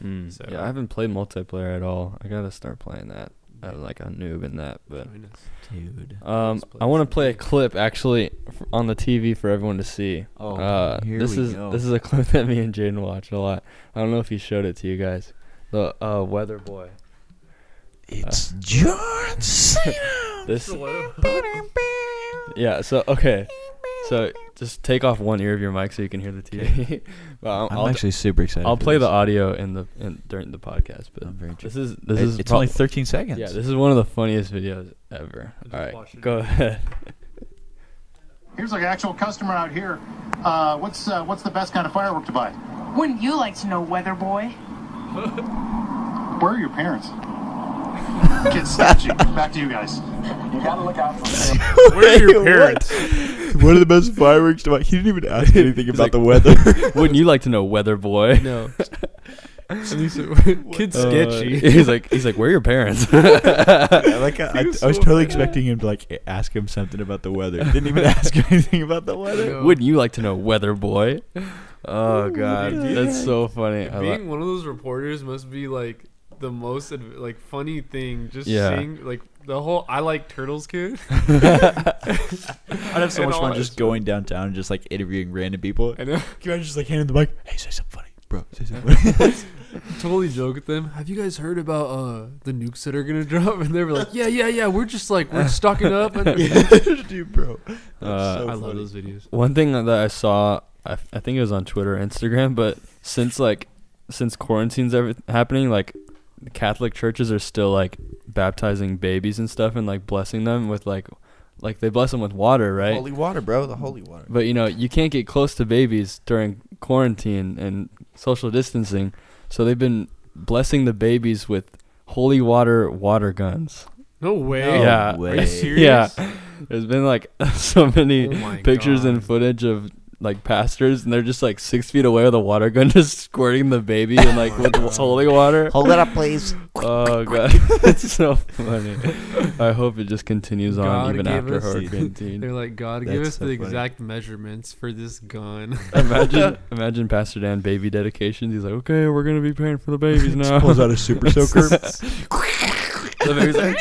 [SPEAKER 3] So-
[SPEAKER 2] Yeah, I haven't played multiplayer at all. I gotta start playing that. I'm like a noob in that, but
[SPEAKER 3] Join us.
[SPEAKER 1] Dude.
[SPEAKER 2] um,
[SPEAKER 3] Let's play
[SPEAKER 2] I want to
[SPEAKER 3] some
[SPEAKER 2] play a clip actually f- on the TV for everyone to see.
[SPEAKER 1] Oh,
[SPEAKER 2] uh,
[SPEAKER 1] here
[SPEAKER 2] this
[SPEAKER 1] we
[SPEAKER 2] is
[SPEAKER 1] go.
[SPEAKER 2] this is a clip that me and Jaden watch a lot. I don't know if he showed it to you guys. The uh, weather boy.
[SPEAKER 1] It's John Cena.
[SPEAKER 2] This yeah. So okay, so just take off one ear of your mic so you can hear the TV. but I'll,
[SPEAKER 1] I'm
[SPEAKER 2] I'll,
[SPEAKER 1] actually super excited.
[SPEAKER 2] I'll
[SPEAKER 1] for
[SPEAKER 2] play the
[SPEAKER 1] this.
[SPEAKER 2] audio in the in, during the podcast. But
[SPEAKER 1] I'm very
[SPEAKER 2] this
[SPEAKER 1] interested.
[SPEAKER 2] is this
[SPEAKER 1] It-
[SPEAKER 2] is
[SPEAKER 1] it's
[SPEAKER 2] prob-
[SPEAKER 1] only 13 seconds.
[SPEAKER 2] Yeah, this is one of the funniest videos ever.
[SPEAKER 3] I just
[SPEAKER 2] All
[SPEAKER 3] watched
[SPEAKER 2] right,
[SPEAKER 3] it.
[SPEAKER 2] go ahead.
[SPEAKER 4] Here's like an actual customer out here. Uh, what's uh, what's the best kind of firework to buy?
[SPEAKER 5] Wouldn't you like to know, Weather Boy?
[SPEAKER 4] Where are your parents? Get sketchy. Back to you guys. You gotta look out for them.
[SPEAKER 3] where are your
[SPEAKER 1] What?
[SPEAKER 3] parents
[SPEAKER 1] One of the best fireworks. To watch. He didn't even ask anything
[SPEAKER 2] He's
[SPEAKER 1] about
[SPEAKER 2] like-
[SPEAKER 1] the weather.
[SPEAKER 2] Wouldn't you like to know, Weather Boy?
[SPEAKER 3] No. At least it, kid's
[SPEAKER 2] Uh,
[SPEAKER 3] sketchy.
[SPEAKER 2] he's like, he's like, where are your parents?
[SPEAKER 1] I like I, I,
[SPEAKER 3] He
[SPEAKER 1] I
[SPEAKER 3] was
[SPEAKER 1] was
[SPEAKER 3] so
[SPEAKER 1] totally
[SPEAKER 3] bad.
[SPEAKER 1] expecting him to like ask him something about the weather. Didn't even ask him anything about the weather.
[SPEAKER 3] No.
[SPEAKER 2] Wouldn't you like to know, Weather Boy? Oh god,
[SPEAKER 1] dude.
[SPEAKER 2] that's so funny. I
[SPEAKER 3] Being
[SPEAKER 2] li-
[SPEAKER 3] one of those reporters must be like the most adv- like funny thing. Just
[SPEAKER 2] Yeah.
[SPEAKER 3] seeing like the whole I like turtles kid.
[SPEAKER 1] I'd have so
[SPEAKER 3] And
[SPEAKER 1] much
[SPEAKER 3] all
[SPEAKER 1] fun
[SPEAKER 3] that
[SPEAKER 1] just
[SPEAKER 3] stuff.
[SPEAKER 1] going downtown and just like interviewing random people.
[SPEAKER 3] I
[SPEAKER 1] Can
[SPEAKER 3] know.
[SPEAKER 1] you imagine just like handing the mic? Hey, say something funny, bro. Say something. funny."
[SPEAKER 3] totally joke at them. Have you guys heard about uh the nukes that are gonna drop? And they were like, yeah, yeah, yeah. We're just like we're stocking up. And
[SPEAKER 1] Dude, bro. That's
[SPEAKER 2] Uh,
[SPEAKER 1] so
[SPEAKER 3] I
[SPEAKER 1] funny.
[SPEAKER 3] love those videos.
[SPEAKER 2] One thing that I saw, I, I think it was on Twitter, or Instagram, but since like since quarantine's ever happening, like Catholic churches are still like baptizing babies and stuff and like blessing them with like like they bless them with water, right?
[SPEAKER 1] Holy water, bro. The holy water.
[SPEAKER 2] But you know, you can't get close to babies during quarantine and social distancing. So they've been blessing the babies with holy water water guns.
[SPEAKER 3] No way.
[SPEAKER 1] No
[SPEAKER 2] yeah.
[SPEAKER 3] Are you
[SPEAKER 1] way.
[SPEAKER 3] serious?
[SPEAKER 2] Yeah. There's been like so many
[SPEAKER 3] Oh my
[SPEAKER 2] pictures and
[SPEAKER 3] God.
[SPEAKER 2] footage of like pastors and they're just like six feet away with a water gun just squirting the baby and like with holy water.
[SPEAKER 1] Hold it up, please.
[SPEAKER 2] Oh god. it's so funny. I hope it just continues on
[SPEAKER 3] God
[SPEAKER 2] even
[SPEAKER 3] gave
[SPEAKER 2] after
[SPEAKER 3] us-
[SPEAKER 2] quarantine.
[SPEAKER 3] They're like, God, give
[SPEAKER 1] That's
[SPEAKER 3] us
[SPEAKER 1] so
[SPEAKER 3] the
[SPEAKER 1] funny.
[SPEAKER 3] exact measurements for this gun.
[SPEAKER 2] imagine, imagine Pastor Dan baby dedications. He's like, okay, we're gonna be praying for the babies now.
[SPEAKER 1] Pulls out a super soaker.
[SPEAKER 2] The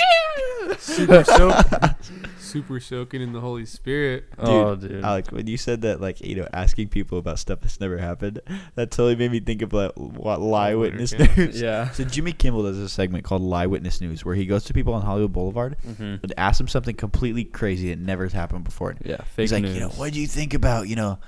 [SPEAKER 2] baby's like,
[SPEAKER 3] Super soak. Super soaking in the Holy Spirit.
[SPEAKER 2] oh, dude.
[SPEAKER 1] Alex, when you said that, like you know, asking people about stuff that's never happened, that totally made me think of like what lie
[SPEAKER 3] Oh,
[SPEAKER 1] witness
[SPEAKER 3] okay.
[SPEAKER 1] news.
[SPEAKER 2] yeah.
[SPEAKER 1] So Jimmy Kimmel does a segment called Lie Witness News, where he goes to people on Hollywood Boulevard
[SPEAKER 2] Mhm.
[SPEAKER 1] and asks them something completely crazy that never has happened before.
[SPEAKER 2] Yeah. Fake
[SPEAKER 1] He's like,
[SPEAKER 2] news.
[SPEAKER 1] you know, what do you think about you know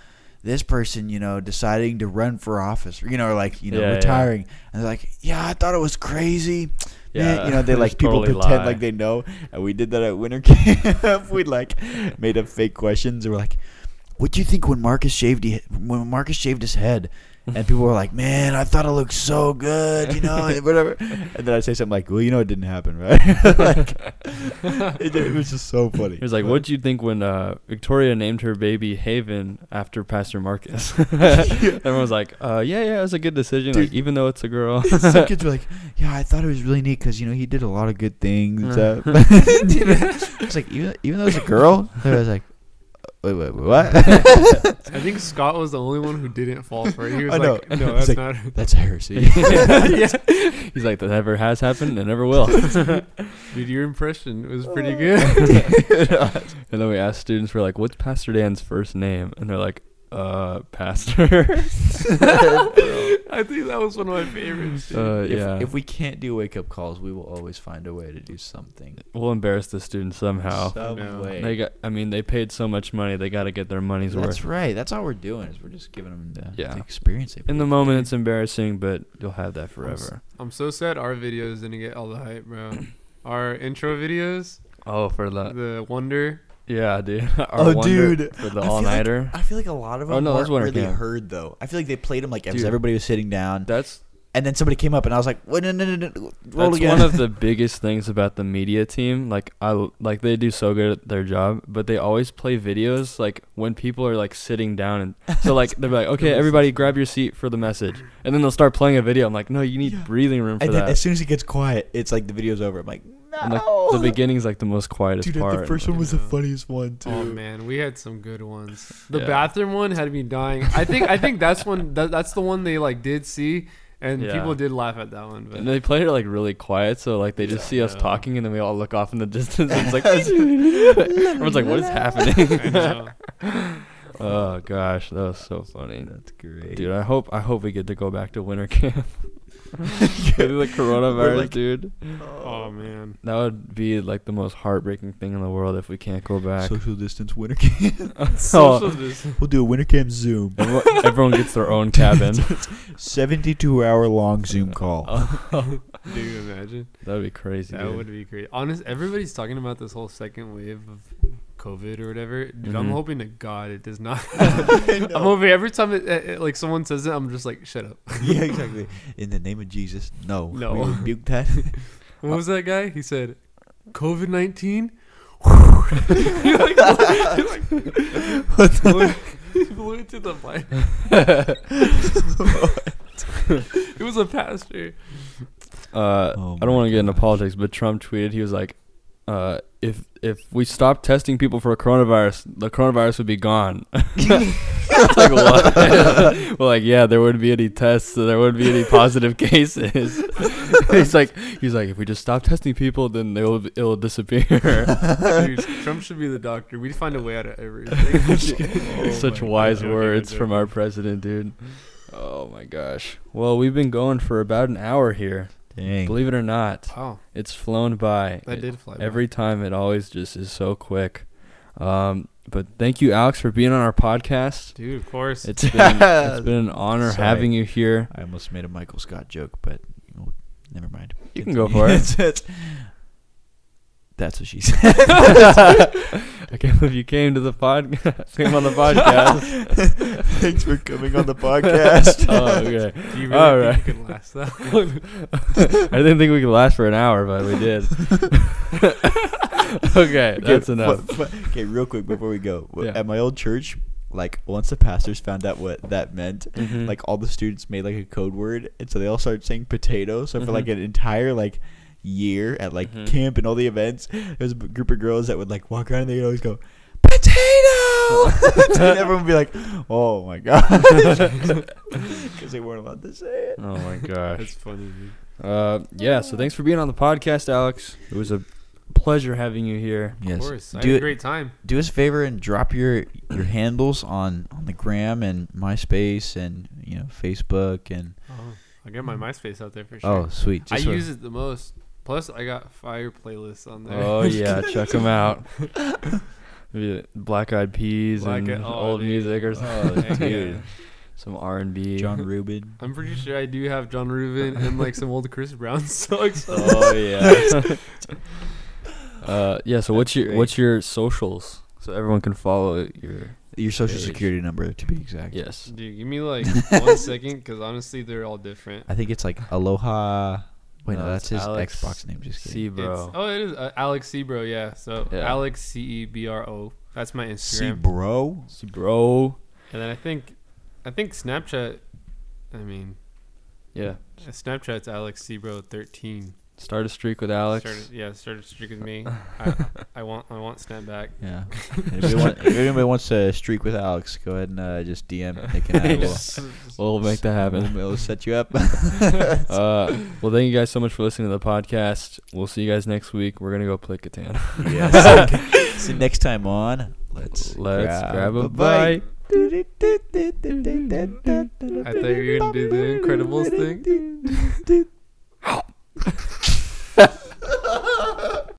[SPEAKER 1] this person, you know, deciding to run for office, you know, or like, you know,
[SPEAKER 2] Yeah, yeah.
[SPEAKER 1] retiring. And they're like, yeah, I thought it was crazy. Man,
[SPEAKER 2] Yeah,
[SPEAKER 1] you know, they
[SPEAKER 2] they
[SPEAKER 1] like
[SPEAKER 2] just
[SPEAKER 1] people
[SPEAKER 2] totally
[SPEAKER 1] pretend
[SPEAKER 2] lie.
[SPEAKER 1] like they know. And we did that at winter camp. we like made up fake questions. And we're like, what do you think when Marcus shaved he, when Marcus shaved his head? And people were like, "Man, I thought it looked so good, you know, and whatever." And then I say something like, "Well, you know, it didn't happen, right?" like, it, it was just so funny.
[SPEAKER 2] He was like,
[SPEAKER 1] But-
[SPEAKER 2] "What'd you think when uh, Victoria named her baby Haven after Pastor Marcus?" Everyone was like, uh, "Yeah, yeah, it was a good decision. Like,
[SPEAKER 1] Dude.
[SPEAKER 2] even though it's a girl."
[SPEAKER 1] Some kids were like, "Yeah, I thought it was really neat because you know he did a lot of good things." And
[SPEAKER 2] Uh.
[SPEAKER 1] stuff. You know? it's like even even though it's a girl, I was like, "Wait, wait, wait what?"
[SPEAKER 3] I think Scott was the only one who didn't fall for it. He was
[SPEAKER 1] I
[SPEAKER 3] like,
[SPEAKER 1] know.
[SPEAKER 3] no,
[SPEAKER 1] He's
[SPEAKER 3] that's
[SPEAKER 1] like,
[SPEAKER 3] not.
[SPEAKER 1] That's heresy.
[SPEAKER 2] He's like, "That never has happened and never will."
[SPEAKER 3] Dude, your impression was pretty good.
[SPEAKER 2] And then we asked students, "We're like, what's Pastor Dan's first name?" And they're like, "Uh, Pastor."
[SPEAKER 3] I think that was one of my favorites. dude.
[SPEAKER 2] uh,
[SPEAKER 1] If,
[SPEAKER 2] yeah.
[SPEAKER 1] if we can't do wake up calls, we will always find a way to do something.
[SPEAKER 2] we'll embarrass the students somehow.
[SPEAKER 1] Some
[SPEAKER 3] No.
[SPEAKER 1] way.
[SPEAKER 2] They got. I mean, they paid so much money. They got to get their money's worth.
[SPEAKER 1] That's right. That's all we're doing is we're just giving them the,
[SPEAKER 2] Yeah.
[SPEAKER 1] the experience.
[SPEAKER 2] In the moment, it's embarrassing, but you'll have that forever.
[SPEAKER 3] I'm so sad our videos didn't get all the hype, bro. Our intro videos,
[SPEAKER 2] Oh, for the
[SPEAKER 3] the wonder.
[SPEAKER 2] yeah, dude. Our
[SPEAKER 1] Oh,
[SPEAKER 2] wonder
[SPEAKER 1] dude.
[SPEAKER 2] for the
[SPEAKER 1] I feel
[SPEAKER 2] all nighter.
[SPEAKER 1] I feel like a lot of
[SPEAKER 2] Oh,
[SPEAKER 1] them
[SPEAKER 2] no, that's
[SPEAKER 1] weren't
[SPEAKER 2] Winter
[SPEAKER 1] really
[SPEAKER 2] Camp.
[SPEAKER 1] heard though. I feel like they played them like as
[SPEAKER 2] Dude.
[SPEAKER 1] everybody was sitting down,
[SPEAKER 2] that's
[SPEAKER 1] and then somebody came up, and I was like, "Wait, no, no, no, no, roll
[SPEAKER 2] that's
[SPEAKER 1] again."
[SPEAKER 2] one of the biggest things about the media team. Like I l- like they do so good at their job, but they always play videos like when people are like sitting down and so like they're like, okay, everybody grab your seat for the message, and then they'll start playing a video. I'm like, no, you need
[SPEAKER 1] Yeah.
[SPEAKER 2] breathing room for
[SPEAKER 1] and then
[SPEAKER 2] that.
[SPEAKER 1] as soon as it gets quiet, it's like the video's over. I'm like, no.
[SPEAKER 2] And, like, the beginning's like the most quietest
[SPEAKER 1] Dude,
[SPEAKER 2] part.
[SPEAKER 1] the first
[SPEAKER 2] like,
[SPEAKER 1] one was the
[SPEAKER 3] know.
[SPEAKER 1] funniest one too.
[SPEAKER 3] Oh man, we had some good ones. The
[SPEAKER 2] Yeah.
[SPEAKER 3] bathroom one had me dying. I think I think that's one. That, that's the one they like did see, and
[SPEAKER 2] Yeah.
[SPEAKER 3] people did laugh at that one.
[SPEAKER 2] And
[SPEAKER 3] But
[SPEAKER 2] they played it like really quiet, so like they just see us
[SPEAKER 3] Yeah.
[SPEAKER 2] talking, and then we all look off in the distance. And it's like everyone's like, "What is happening?"
[SPEAKER 3] I know.
[SPEAKER 2] oh gosh, that was so funny,
[SPEAKER 1] That's great.
[SPEAKER 2] dude. I hope I hope we get to go back to winter camp. Maybe the coronavirus,
[SPEAKER 1] like-
[SPEAKER 2] dude.
[SPEAKER 3] oh man,
[SPEAKER 2] That would be like the most heartbreaking thing in the world if we can't go back.
[SPEAKER 1] Social distance winter camp.
[SPEAKER 3] social
[SPEAKER 2] oh,
[SPEAKER 3] dis-
[SPEAKER 1] we'll do a winter camp Zoom.
[SPEAKER 2] everyone, everyone gets their own cabin.
[SPEAKER 1] 72 hour long Zoom call.
[SPEAKER 2] Oh.
[SPEAKER 3] Do you imagine?
[SPEAKER 2] That'd be crazy.
[SPEAKER 3] That
[SPEAKER 2] dude.
[SPEAKER 3] would be great. Honest, everybody's talking about this whole second wave of COVID or whatever. Dude,
[SPEAKER 2] Mhm.
[SPEAKER 3] I'm hoping to God it does not. I'm hoping every time it, it, it- like someone says it, I'm just like, shut up.
[SPEAKER 1] yeah, exactly. In the name of Jesus, no.
[SPEAKER 3] No.
[SPEAKER 1] We rebuke that.
[SPEAKER 3] What was that guy? He said, COVID nineteen. blew it to the mic. it was a pastor.
[SPEAKER 2] uh,
[SPEAKER 1] Oh
[SPEAKER 2] I don't
[SPEAKER 1] my
[SPEAKER 2] want to get into
[SPEAKER 1] gosh.
[SPEAKER 2] politics, but Trump tweeted he was like, uh, "If if we stop testing people for coronavirus, the coronavirus would be gone." It's like, what? well, like yeah, there wouldn't be any tests, so there wouldn't be any positive cases. he's like, he's like, if we just stop testing people, then they'll it'll disappear.
[SPEAKER 3] Dude, Trump should be the doctor. We'd find a way out of everything.
[SPEAKER 1] Oh
[SPEAKER 2] Such
[SPEAKER 3] my
[SPEAKER 2] wise
[SPEAKER 3] God.
[SPEAKER 2] words from our president, dude. Oh my gosh. Well, we've been going for about an hour here.
[SPEAKER 1] Dang.
[SPEAKER 2] Believe it or not,
[SPEAKER 3] wow,
[SPEAKER 2] it's flown by.
[SPEAKER 3] that
[SPEAKER 2] It-
[SPEAKER 3] did fly. by.
[SPEAKER 2] Every time it always just is so quick. Um, but thank you, Alex, for being on our podcast.
[SPEAKER 3] dude, of course.
[SPEAKER 2] It's been, it's been an honor
[SPEAKER 1] Sorry.
[SPEAKER 2] having you here.
[SPEAKER 1] I almost made a Michael Scott joke, but well, never mind.
[SPEAKER 2] You can go for it.
[SPEAKER 1] It's- it's- That's what she said.
[SPEAKER 2] I can't believe you came to the podcast. Came on the podcast.
[SPEAKER 1] Thanks for coming on the podcast.
[SPEAKER 2] oh, okay.
[SPEAKER 3] Do you really
[SPEAKER 2] all
[SPEAKER 3] think
[SPEAKER 2] right.
[SPEAKER 3] you could last that?
[SPEAKER 2] I didn't think we could last for an hour, but we did. okay, that's enough.
[SPEAKER 1] okay, real quick before we go. W-
[SPEAKER 2] Yeah.
[SPEAKER 1] At my old church, like once the pastors found out what that meant,
[SPEAKER 2] Mhm.
[SPEAKER 1] like all the students made like a code word, and so they all started saying potato. So for like
[SPEAKER 2] Mhm.
[SPEAKER 1] an entire like year at like
[SPEAKER 2] Mhm.
[SPEAKER 1] camp and all the events, there was a b- group of girls that would like walk around and they'd always go potato, and everyone would be like, "Oh my god," because they weren't allowed to say it.
[SPEAKER 2] Oh my gosh.
[SPEAKER 3] That's funny. Dude.
[SPEAKER 2] Uh, yeah. So thanks for being on the podcast, Alex. It was a pleasure having you here.
[SPEAKER 3] Of
[SPEAKER 1] Yes,
[SPEAKER 3] course, I
[SPEAKER 1] do
[SPEAKER 3] had a
[SPEAKER 1] it-
[SPEAKER 3] great time.
[SPEAKER 1] do us a favor and drop your your handles on on the gram and MySpace and you know Facebook and
[SPEAKER 3] Oh, I got my MySpace out there for sure.
[SPEAKER 1] oh sweet.
[SPEAKER 3] I
[SPEAKER 1] Just what-
[SPEAKER 3] use it the most. Plus, I got fire playlists on there.
[SPEAKER 2] Oh yeah, check them out. Maybe Black Eyed Peas
[SPEAKER 3] Black
[SPEAKER 2] and
[SPEAKER 3] Eyed- oh,
[SPEAKER 2] old
[SPEAKER 3] dude.
[SPEAKER 2] music or
[SPEAKER 1] Oh,
[SPEAKER 2] something.
[SPEAKER 1] dude.
[SPEAKER 2] Some R and B.
[SPEAKER 1] John Rubin.
[SPEAKER 3] I'm pretty sure I do have John Rubin and like some old Chris Brown songs.
[SPEAKER 2] Oh yeah. uh, yeah. So what's your what's your socials so everyone can follow your
[SPEAKER 1] Your social
[SPEAKER 2] Very-
[SPEAKER 1] security number, to be exact.
[SPEAKER 2] yes.
[SPEAKER 3] Dude, give me like one second because honestly, they're all different.
[SPEAKER 1] I think it's like Aloha. Wait, no,
[SPEAKER 2] No,
[SPEAKER 1] that's his
[SPEAKER 2] it's Alex
[SPEAKER 1] Xbox name. Just kidding.
[SPEAKER 2] See,
[SPEAKER 3] It's-
[SPEAKER 2] bro.
[SPEAKER 3] oh, it is uh, Alex Sebro. Yeah. So
[SPEAKER 2] Yeah.
[SPEAKER 3] Alex C E B R O. That's my Instagram.
[SPEAKER 1] See, bro.
[SPEAKER 2] See, bro.
[SPEAKER 3] And then I think, I think Snapchat. I mean,
[SPEAKER 2] Yeah.
[SPEAKER 3] Uh, Snapchat's Alex Sebro thirteen.
[SPEAKER 2] Start a streak with Alex.
[SPEAKER 3] Started, yeah, started streak with me. I, I want, I want Snap back.
[SPEAKER 1] Yeah. anybody, want, if anybody wants to streak with Alex, go ahead and uh, just DM Nick and I. will
[SPEAKER 3] Just-
[SPEAKER 2] We'll make that happen.
[SPEAKER 1] we'll, we'll set you up.
[SPEAKER 2] uh, well, thank you guys so much for listening to the podcast. We'll see you guys next week. We're gonna go play Catan.
[SPEAKER 1] yes. See you next time on. Let's
[SPEAKER 2] Let's grab, a bite.
[SPEAKER 3] I thought you were gonna do the Incredibles thing.